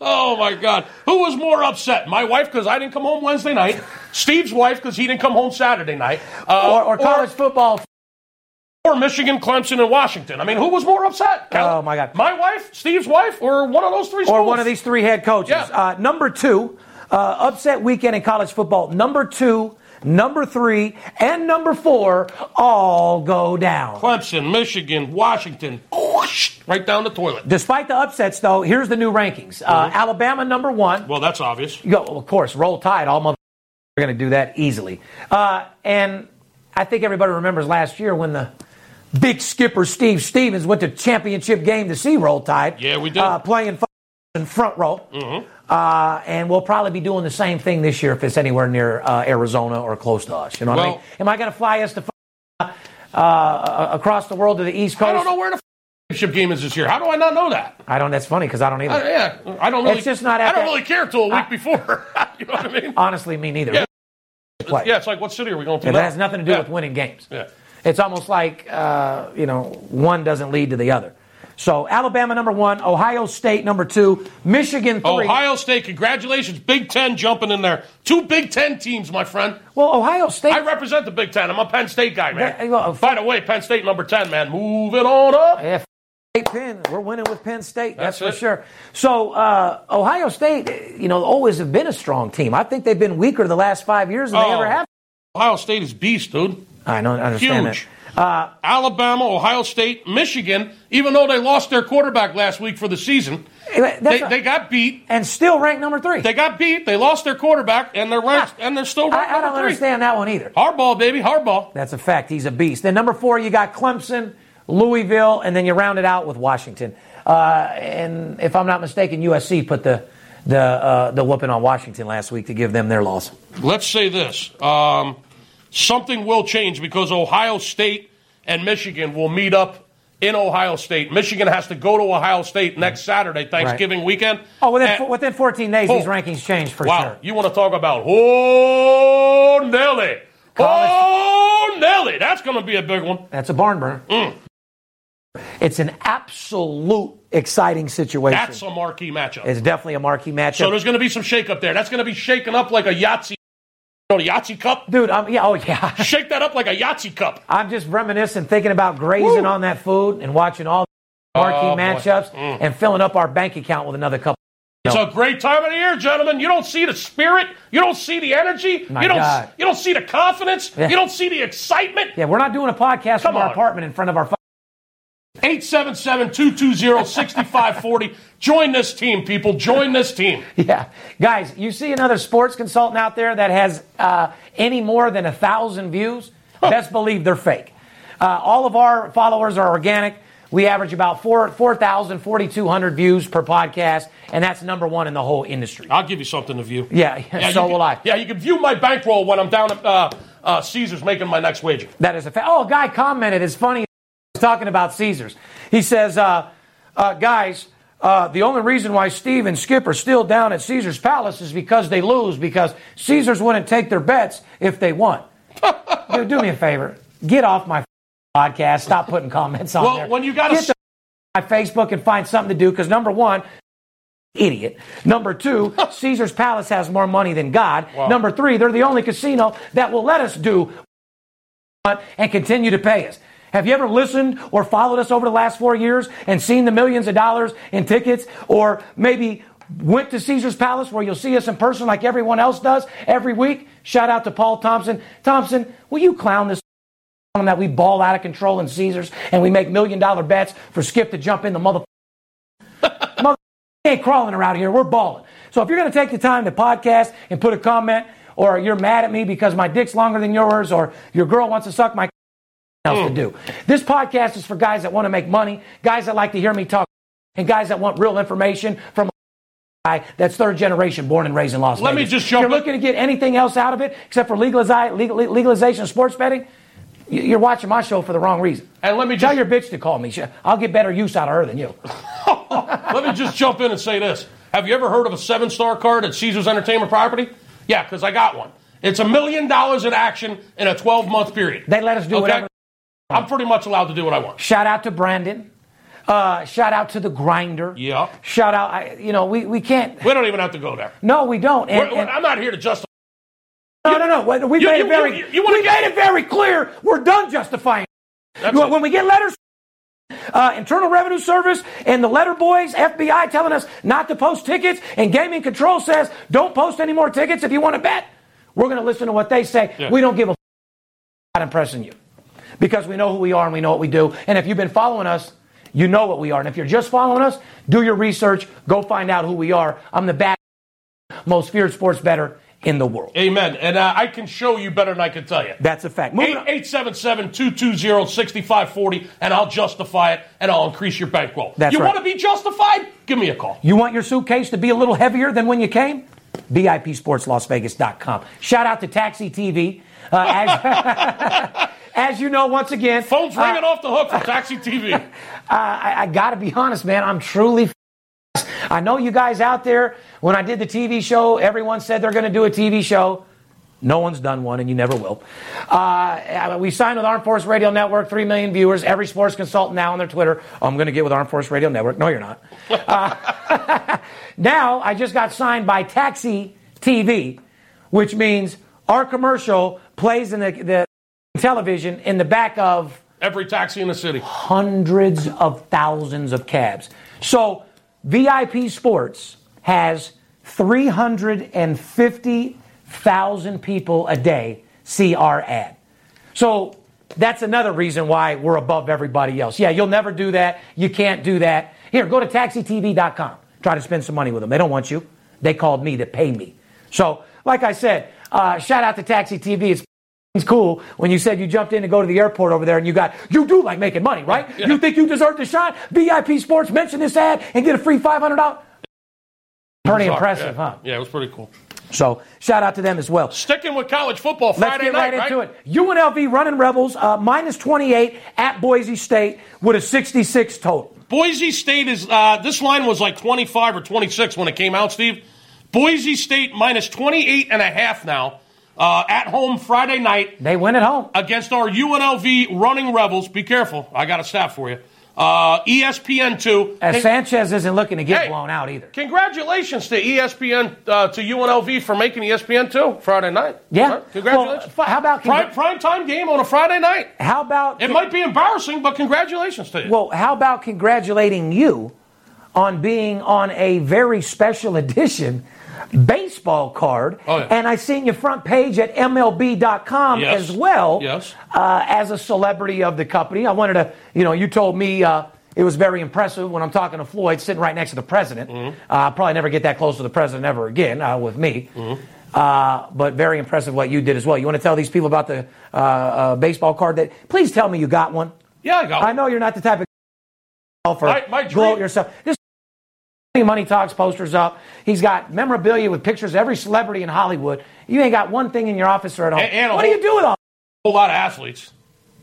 S3: oh my God! Who was more upset? My wife because I didn't come home Wednesday night. Steve's wife because he didn't come home Saturday night. Uh,
S1: or, or college football.
S3: or Michigan, Clemson, and Washington. I mean, who was more upset?
S1: Oh, my God.
S3: My wife, Steve's wife, or one of those three.
S1: or
S3: schools?
S1: one of these three head coaches.
S3: Yeah.
S1: Uh, number two, uh, upset weekend in college football. Number two, number three, and number four all go down.
S3: Clemson, Michigan, Washington, whoosh, right down the toilet.
S1: Despite the upsets, though, here's the new rankings. Uh, Alabama number one.
S3: Well, that's obvious.
S1: Yo, of course, roll tide. All mother are going to do that easily. Uh, and I think everybody remembers last year when the big skipper Steve Stevens went to championship game to see roll tide.
S3: Yeah, we did. Mm-hmm.
S1: Uh, playing f- in front row. Uh, and we'll probably be doing the same thing this year if it's anywhere near uh, Arizona or close to us. You know what I
S3: Well-
S1: mean? Am I going to fly us to f- uh, across the world to the East Coast?
S3: I don't know where the championship game is this year. How do I not know that?
S1: I don't. That's funny because I don't either.
S3: I, yeah, I don't really.
S1: It's just not
S3: I
S1: at
S3: don't
S1: that-
S3: really care till a week before. *laughs* you know what I mean?
S1: Honestly, me neither.
S3: Yeah.
S1: Play.
S3: Yeah, it's like what city are we going to?
S1: Yeah,
S3: now?
S1: that has nothing to do
S3: Yeah.
S1: with winning games.
S3: Yeah.
S1: It's almost like uh, you know one doesn't lead to the other. So Alabama number one, Ohio State number two, Michigan three.
S3: Ohio State, congratulations, Big Ten jumping in there. Two Big Ten teams, my friend.
S1: Well, Ohio State.
S3: I represent the Big Ten. I'm a Penn State guy,
S1: Yeah,
S3: man.
S1: well,
S3: By the way, Penn State number ten, man. Moving on up.
S1: Yeah, f- State Penn. We're winning with Penn State. That's, for
S3: That's it.
S1: sure. So uh, Ohio State, you know, always have been a strong team. I think they've been weaker the last five years than they
S3: Oh.
S1: ever have.
S3: Ohio State is beast, dude.
S1: I don't understand
S3: Huge.
S1: that. Uh,
S3: Alabama, Ohio State, Michigan. Even though they lost their quarterback last week for the season,
S1: Anyway, that's
S3: they,
S1: not-
S3: they got beat.
S1: and still ranked number three. Ah,
S3: They got beat. They lost their quarterback, and they're ranked, and they're still
S1: I,
S3: ranked
S1: I
S3: number
S1: don't
S3: three.
S1: understand that one either.
S3: Hardball, baby, hardball.
S1: That's a fact. He's a beast. Then number four, you got Clemson, Louisville, and then you round it out with Washington. Uh, and if I'm not mistaken, USC put the the uh, the whooping on Washington last week to give them their loss.
S3: Let's say this: um, something will change because Ohio State and Michigan will meet up in Ohio State. Michigan has to go to Ohio State next Saturday, Thanksgiving weekend.
S1: Oh, within
S3: And-
S1: fo- within 14 days, these
S3: Eh. Oh.
S1: rankings changed for
S3: wow,
S1: sure.
S3: you want to talk about oh Nelly,
S1: College-
S3: oh Nelly? That's going to be a big one.
S1: That's a barn burner.
S3: Mm.
S1: It's an absolute exciting situation.
S3: That's a marquee matchup.
S1: it's definitely a marquee matchup.
S3: so there's going to be some shakeup there. That's going to be shaken up like a Yahtzee, you know, the Yahtzee cup.
S1: Dude, I'm, yeah, oh yeah.
S3: Shake that up like a Yahtzee cup.
S1: I'm just reminiscing, thinking about grazing on that food and watching all the marquee
S3: Oh, boy.
S1: matchups and filling up our bank account with another couple.
S3: It's a great time of the year, gentlemen. You don't see the spirit. You don't see the energy.
S1: My
S3: you don't.
S1: God.
S3: You don't see the confidence.
S1: Yeah.
S3: You don't see the excitement.
S1: Yeah, we're not doing a podcast
S3: Come
S1: from our
S3: on.
S1: apartment in front of our. fu- *laughs*
S3: 877-220-6540. Join this team, people. Join this team.
S1: Yeah, guys, you see another sports consultant out there that has uh, any more than a thousand views? Best believe they're fake. Uh, all of our followers are organic. We average about four four thousand forty two hundred views per podcast, and that's number one in the whole industry.
S3: I'll give you something to view.
S1: Yeah, *laughs*
S3: you
S1: so
S3: can-
S1: will I.
S3: Ah. Yeah, you can view my bankroll when I'm down at uh, uh, Caesars making my next wager.
S1: That is a fact. Oh, a guy commented. It's funny. He's talking about Caesars. He says, uh, uh, guys, uh, the only reason why Steve and Skip are still down at Caesars Palace is because they lose, because Caesars wouldn't take their bets if they
S3: *laughs*
S1: won. Dude, do me a favor. Get off my podcast. Stop putting comments on
S3: Well,
S1: there.
S3: when you got
S1: Get
S3: to
S1: my Facebook and find something to do because number one, idiot. Number
S3: *laughs*
S1: two, Caesar's Palace has more money than God. Number three, they're the only casino that will let us do what we want and continue to pay us. Have you ever listened or followed us over the last four years and seen the millions of dollars in tickets or maybe went to Caesar's Palace where you'll see us in person like everyone else does every week? Shout out to Paul Thompson. Thompson, will you clown this on that we ball out of control in Caesars and we make million dollar bets for Skip to jump in the mother. mother we ain't crawling around here. We're balling. So if you're going to take the time to podcast and put a comment, or you're mad at me because my *laughs* dick's longer than yours, or your girl wants to suck my
S3: Hmm.
S1: else to do. This podcast is for guys that want to make money, guys that like to hear me talk, and guys that want real information from a *laughs* guy that's third generation, born and raised in Las
S3: Let me
S1: Vegas.
S3: just jump
S1: If
S3: in-
S1: you're looking to get anything else out of it except for legalize, legal, legalization of sports betting. you- You're watching my show for the wrong reason.
S3: And let me
S1: tell
S3: just-
S1: your bitch to call me. She- I'll get better use out of her than you.
S3: Let me just jump in and say this. Have you ever heard of a seven star card at Caesars Entertainment Property? Yeah, because I got one. It's a million dollars in action in a 12 month period.
S1: They let us do whatever.
S3: I'm pretty much allowed to do what I want.
S1: Shout out to Brandon. Uh, shout out to the grinder.
S3: Yeah.
S1: Shout out. I, you know, we, we can't.
S3: We don't even have to go there.
S1: No, we don't. And-
S3: We're- we're-
S1: and-
S3: I'm not here to justify.
S1: No, no, no. We
S3: you-
S1: made it
S3: you-
S1: very.
S3: you- you wanna
S1: we
S3: get-
S1: made it very clear. We're done justifying.
S3: That's
S1: You-
S3: it.
S1: when we get letters, uh, Internal Revenue Service and the letter boys, FBI, telling us not to post tickets, and Gaming Control says don't post any more tickets if you want to bet. We're going to listen to what they say.
S3: Yeah.
S1: We don't give a about impressing you because we know who we are and we know what we do. And if you've been following us, you know what we are. And if you're just following us, do your research. Go find out who we are. I'm the bad, most feared sports better in the world.
S3: Amen. And uh, I can show you better than I can tell you.
S1: That's a fact. Moving on.
S3: 877-220-6540, and I'll justify it, and I'll increase your bankroll.
S1: That's
S3: you
S1: right.
S3: want to be justified? Give me a call.
S1: You want your suitcase to be a little heavier than when you came? BIPSportsLasVegas.com. Shout out to Taxi TV. Uh, as, *laughs* as you know, once again,
S3: Phone's
S1: uh,
S3: ringing off the hook for
S1: *laughs*
S3: Taxi TV.
S1: I, I got to be honest, man. I'm truly. f- I know you guys out there. When I did the TV show, everyone said they're going to do a TV show. No one's done one, and you never will. Uh, I- we signed with Armed Force Radio Network, three million viewers. Every sports consultant now on their Twitter, I'm going to get with Armed Force Radio Network. No, you're not. Uh, *laughs* now I just got signed by Taxi TV, which means our commercial plays in the, the television in the back of
S3: Every taxi in the city.
S1: hundreds of thousands of cabs. So VIP Sports has 350,000 people a day see our ad. So that's another reason why we're above everybody else. Yeah, you'll never do that. You can't do that. Here, go to taxitv.com. Try to spend some money with them. They don't want you. They called me to pay me. So, like I said, uh, shout out to Taxi TV. It's it's cool when you said you jumped in to go to the airport over there and you got, you do like making money, right? You think you deserve the shot? VIP Sports, mention this ad and get a free $500. Pretty
S3: Sorry,
S1: impressive,
S3: yeah.
S1: huh?
S3: Yeah, it was pretty cool.
S1: So, shout out to them as well.
S3: Sticking with college football Friday
S1: Let's get right,
S3: night,
S1: into it. UNLV running Rebels, uh, minus 28 at Boise State with a 66 total.
S3: Boise State is uh, this line was like 25 or 26 when it came out, Steve. Boise State minus 28 and a half now uh, at home Friday night
S1: They win at home.
S3: against our UNLV running rebels. Be careful, I got a staff for you. Uh, ESPN two.
S1: And Sanchez isn't looking to get
S3: Hey.
S1: blown out either.
S3: Congratulations to ESPN uh, to UNLV for making E ESPN two Friday night.
S1: Yeah.
S3: Right? Congratulations.
S1: Well, f- how about-
S3: prime, prime time game on a Friday night?
S1: How about
S3: It might be embarrassing, but congratulations to you.
S1: Well, how about congratulating you on being on a very special *laughs* edition baseball card?
S3: Oh, yeah.
S1: And I seen your front page at MLB.com
S3: Yes.
S1: as well
S3: Yes.
S1: uh, as a celebrity of the company. I wanted to, you know, you told me uh, it was very impressive when I'm talking to Floyd sitting right next to the president.
S3: Mm-hmm.
S1: Uh, I'll probably never get that close to the president ever again uh, with me.
S3: Mm-hmm.
S1: Uh, but very impressive what you did as well. You want to tell these people about the uh, uh, baseball card that? Please tell me you got one.
S3: yeah, I got.
S1: I know you're not the type of golfer.
S3: My- my dream-
S1: gloat yourself. This money talks posters up. He's got memorabilia with pictures of every celebrity in Hollywood. You ain't got one thing in your office or at home.
S3: And- and a
S1: what do
S3: whole-
S1: you do with all?
S3: whole lot of athletes.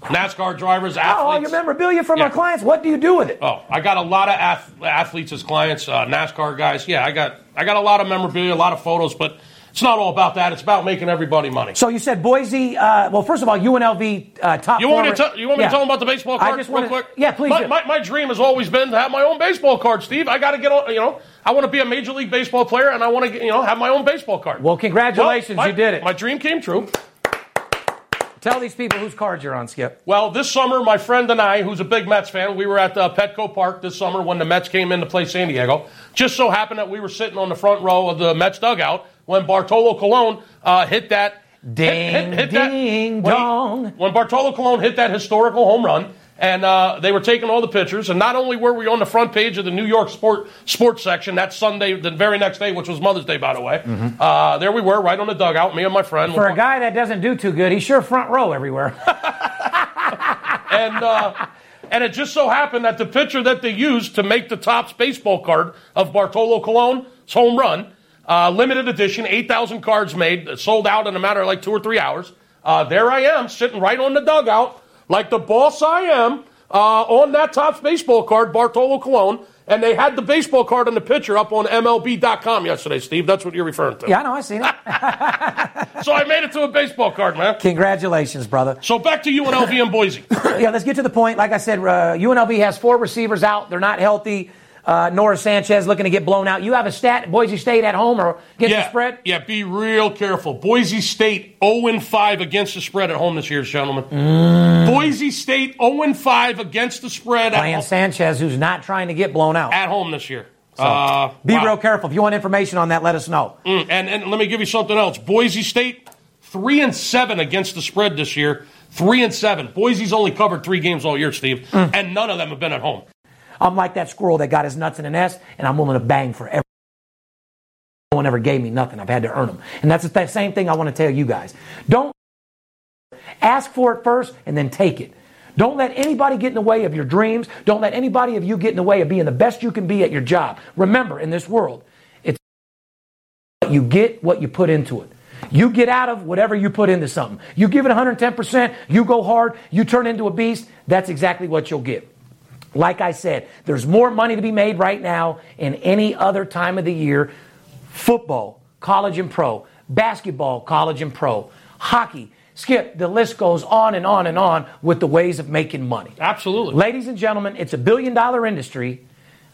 S3: NASCAR drivers,
S1: Oh, all
S3: athletes.
S1: your memorabilia from
S3: Yeah.
S1: our clients. What do you do with it?
S3: Oh, I got a lot of ath- athletes as clients, uh, NASCAR guys. Yeah, I got I got a lot of memorabilia, a lot of photos, but it's not all about that. It's about making everybody money.
S1: So you said Boise. Uh, well, first of all, UNLV uh, top.
S3: You want, me to
S1: forward-
S3: tell, you want me
S1: Yeah.
S3: to tell them about the baseball
S1: I
S3: card
S1: just
S3: real
S1: wanna-
S3: quick?
S1: Yeah, please.
S3: My,
S1: do.
S3: my, my dream has always been to have my own baseball card, Steve. I got to get on, you know, I want to be a major league baseball player and I want to, get you know, have my own baseball card.
S1: well, congratulations,
S3: Well, my-
S1: you did it.
S3: My dream came true.
S1: tell these people whose cards you're on, Skip.
S3: Well, this summer, my friend and I, who's a big Mets fan, we were at uh, Petco Park this summer when the Mets came in to play San Diego. Just so happened that we were sitting on the front row of the Mets dugout when Bartolo Colon uh, hit that
S1: Ding,
S3: hit, hit, hit
S1: ding,
S3: that, when he-
S1: dong.
S3: when Bartolo Colon hit that historical home run, and uh, they were taking all the pictures, and not only were we on the front page of the New York Sport Sports section that Sunday, the very next day, which was Mother's Day, by the way,
S1: Mm-hmm.
S3: uh, there we were, right on the dugout, me and my friend.
S1: For a guy that doesn't do too good, he's sure front row everywhere.
S3: and uh, and it just so happened that the pitcher that they used to make the tops baseball card of Bartolo Colon's home run, uh, limited edition, eight thousand cards made, uh, sold out in a matter of like two or three hours. Uh, there I am, sitting right on the dugout, like the boss I am, uh, on that tops baseball card, Bartolo Colon. And they had the baseball card and the pitcher up on MLB.com yesterday, Steve. That's what you're referring to.
S1: *laughs* Yeah, I know. I seen it.
S3: So I made it to a baseball card, man.
S1: Congratulations, brother.
S3: So back to UNLV and Boise.
S1: Yeah, let's get to the point. Like I said, uh, UNLV has four receivers out. They're not healthy. Uh, Nora Sanchez looking to get blown out. You have a stat: Boise State at home or get
S3: yeah,
S1: the spread.
S3: Yeah, be real careful. Boise State 0 5 against the spread at home this year, gentlemen.
S1: Mm.
S3: Boise State 0 5 against the spread at,
S1: Playing Sanchez, who's not trying to get blown out.
S3: at home this year. uh,
S1: Be
S3: wow.
S1: real careful. If you want information on that, let us know.
S3: Mm, and, and let me give you something else. Boise State, 3 and 7 against the spread this year. 3 and 7. Boise's only covered three games all year, Steve,
S1: Mm.
S3: and none of them have been at home.
S1: I'm like that squirrel that got his nuts in a nest, and I'm willing to bang for every. No one ever gave me nothing. I've had to earn them, and that's the th- same thing I want to tell you guys. Don't ask for it first, and then take it. Don't let anybody get in the way of your dreams. Don't let anybody of you get in the way of being the best you can be at your job. Remember, in this world, it's you get what you put into it. You get out of whatever you put into something. You give it 110%, you go hard, you turn into a beast, that's exactly what you'll get. Like I said, there's more money to be made right now in any other time of the year. Football, college and pro, basketball, college and pro, hockey. Skip, the list goes on and on and on with the ways of making money.
S3: Absolutely.
S1: Ladies and gentlemen, it's a billion dollar industry.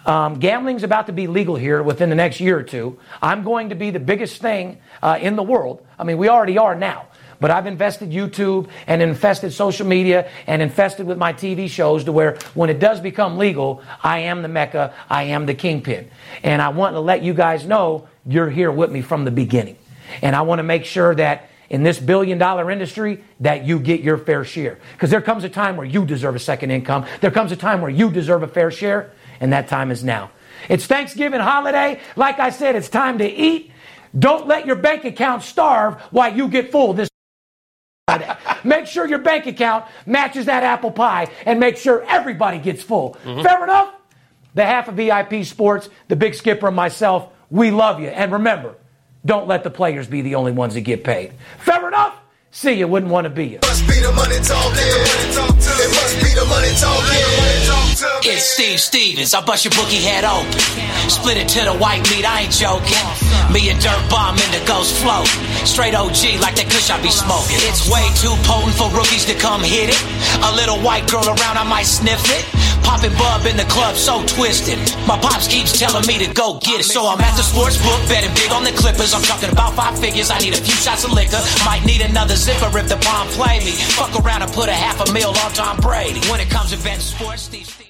S1: Um, gambling's about to be legal here within the next year or two. I'm going to be the biggest thing uh, in the world. I mean, we already are now. But I've invested YouTube and invested social media and invested with my TV shows to where when it does become legal, I am the Mecca, I am the kingpin. And I want to let you guys know you're here with me from the beginning. And I want to make sure that in this billion dollar industry that you get your fair share. Because there comes a time where you deserve a second income. There comes a time where you deserve a fair share, and that time is now. It's Thanksgiving holiday. Like I said, it's time to eat. Don't let your bank account starve while you get full this Friday. Make sure your bank account matches that apple pie and make sure everybody gets full. Fair enough? The half of VIP Sports, the Big Skipper, and myself, we love you. And remember, don't let the players be the only ones that get paid. Fair enough? See you. Wouldn't want to be you.
S5: must be the money talking. It must be the money talking.
S6: It's Steve Stevens. I bust your bookie head open. Split it to the white meat, I ain't joking. Me and Dirt Bomb in the ghost float. Straight OG like that kush I be smoking. It's way too potent for rookies to come hit it. A little white girl around, I might sniff it. Popping bub in the club, so twisted. My pops keeps telling me to go get it. So I'm at the sports book, betting big on the Clippers. I'm talking about five figures. I need a few shots of liquor. Might need another zipper if the bomb play me. Fuck around and put a half a meal on Tom Brady. When it comes to betting sports, Steve Stevens.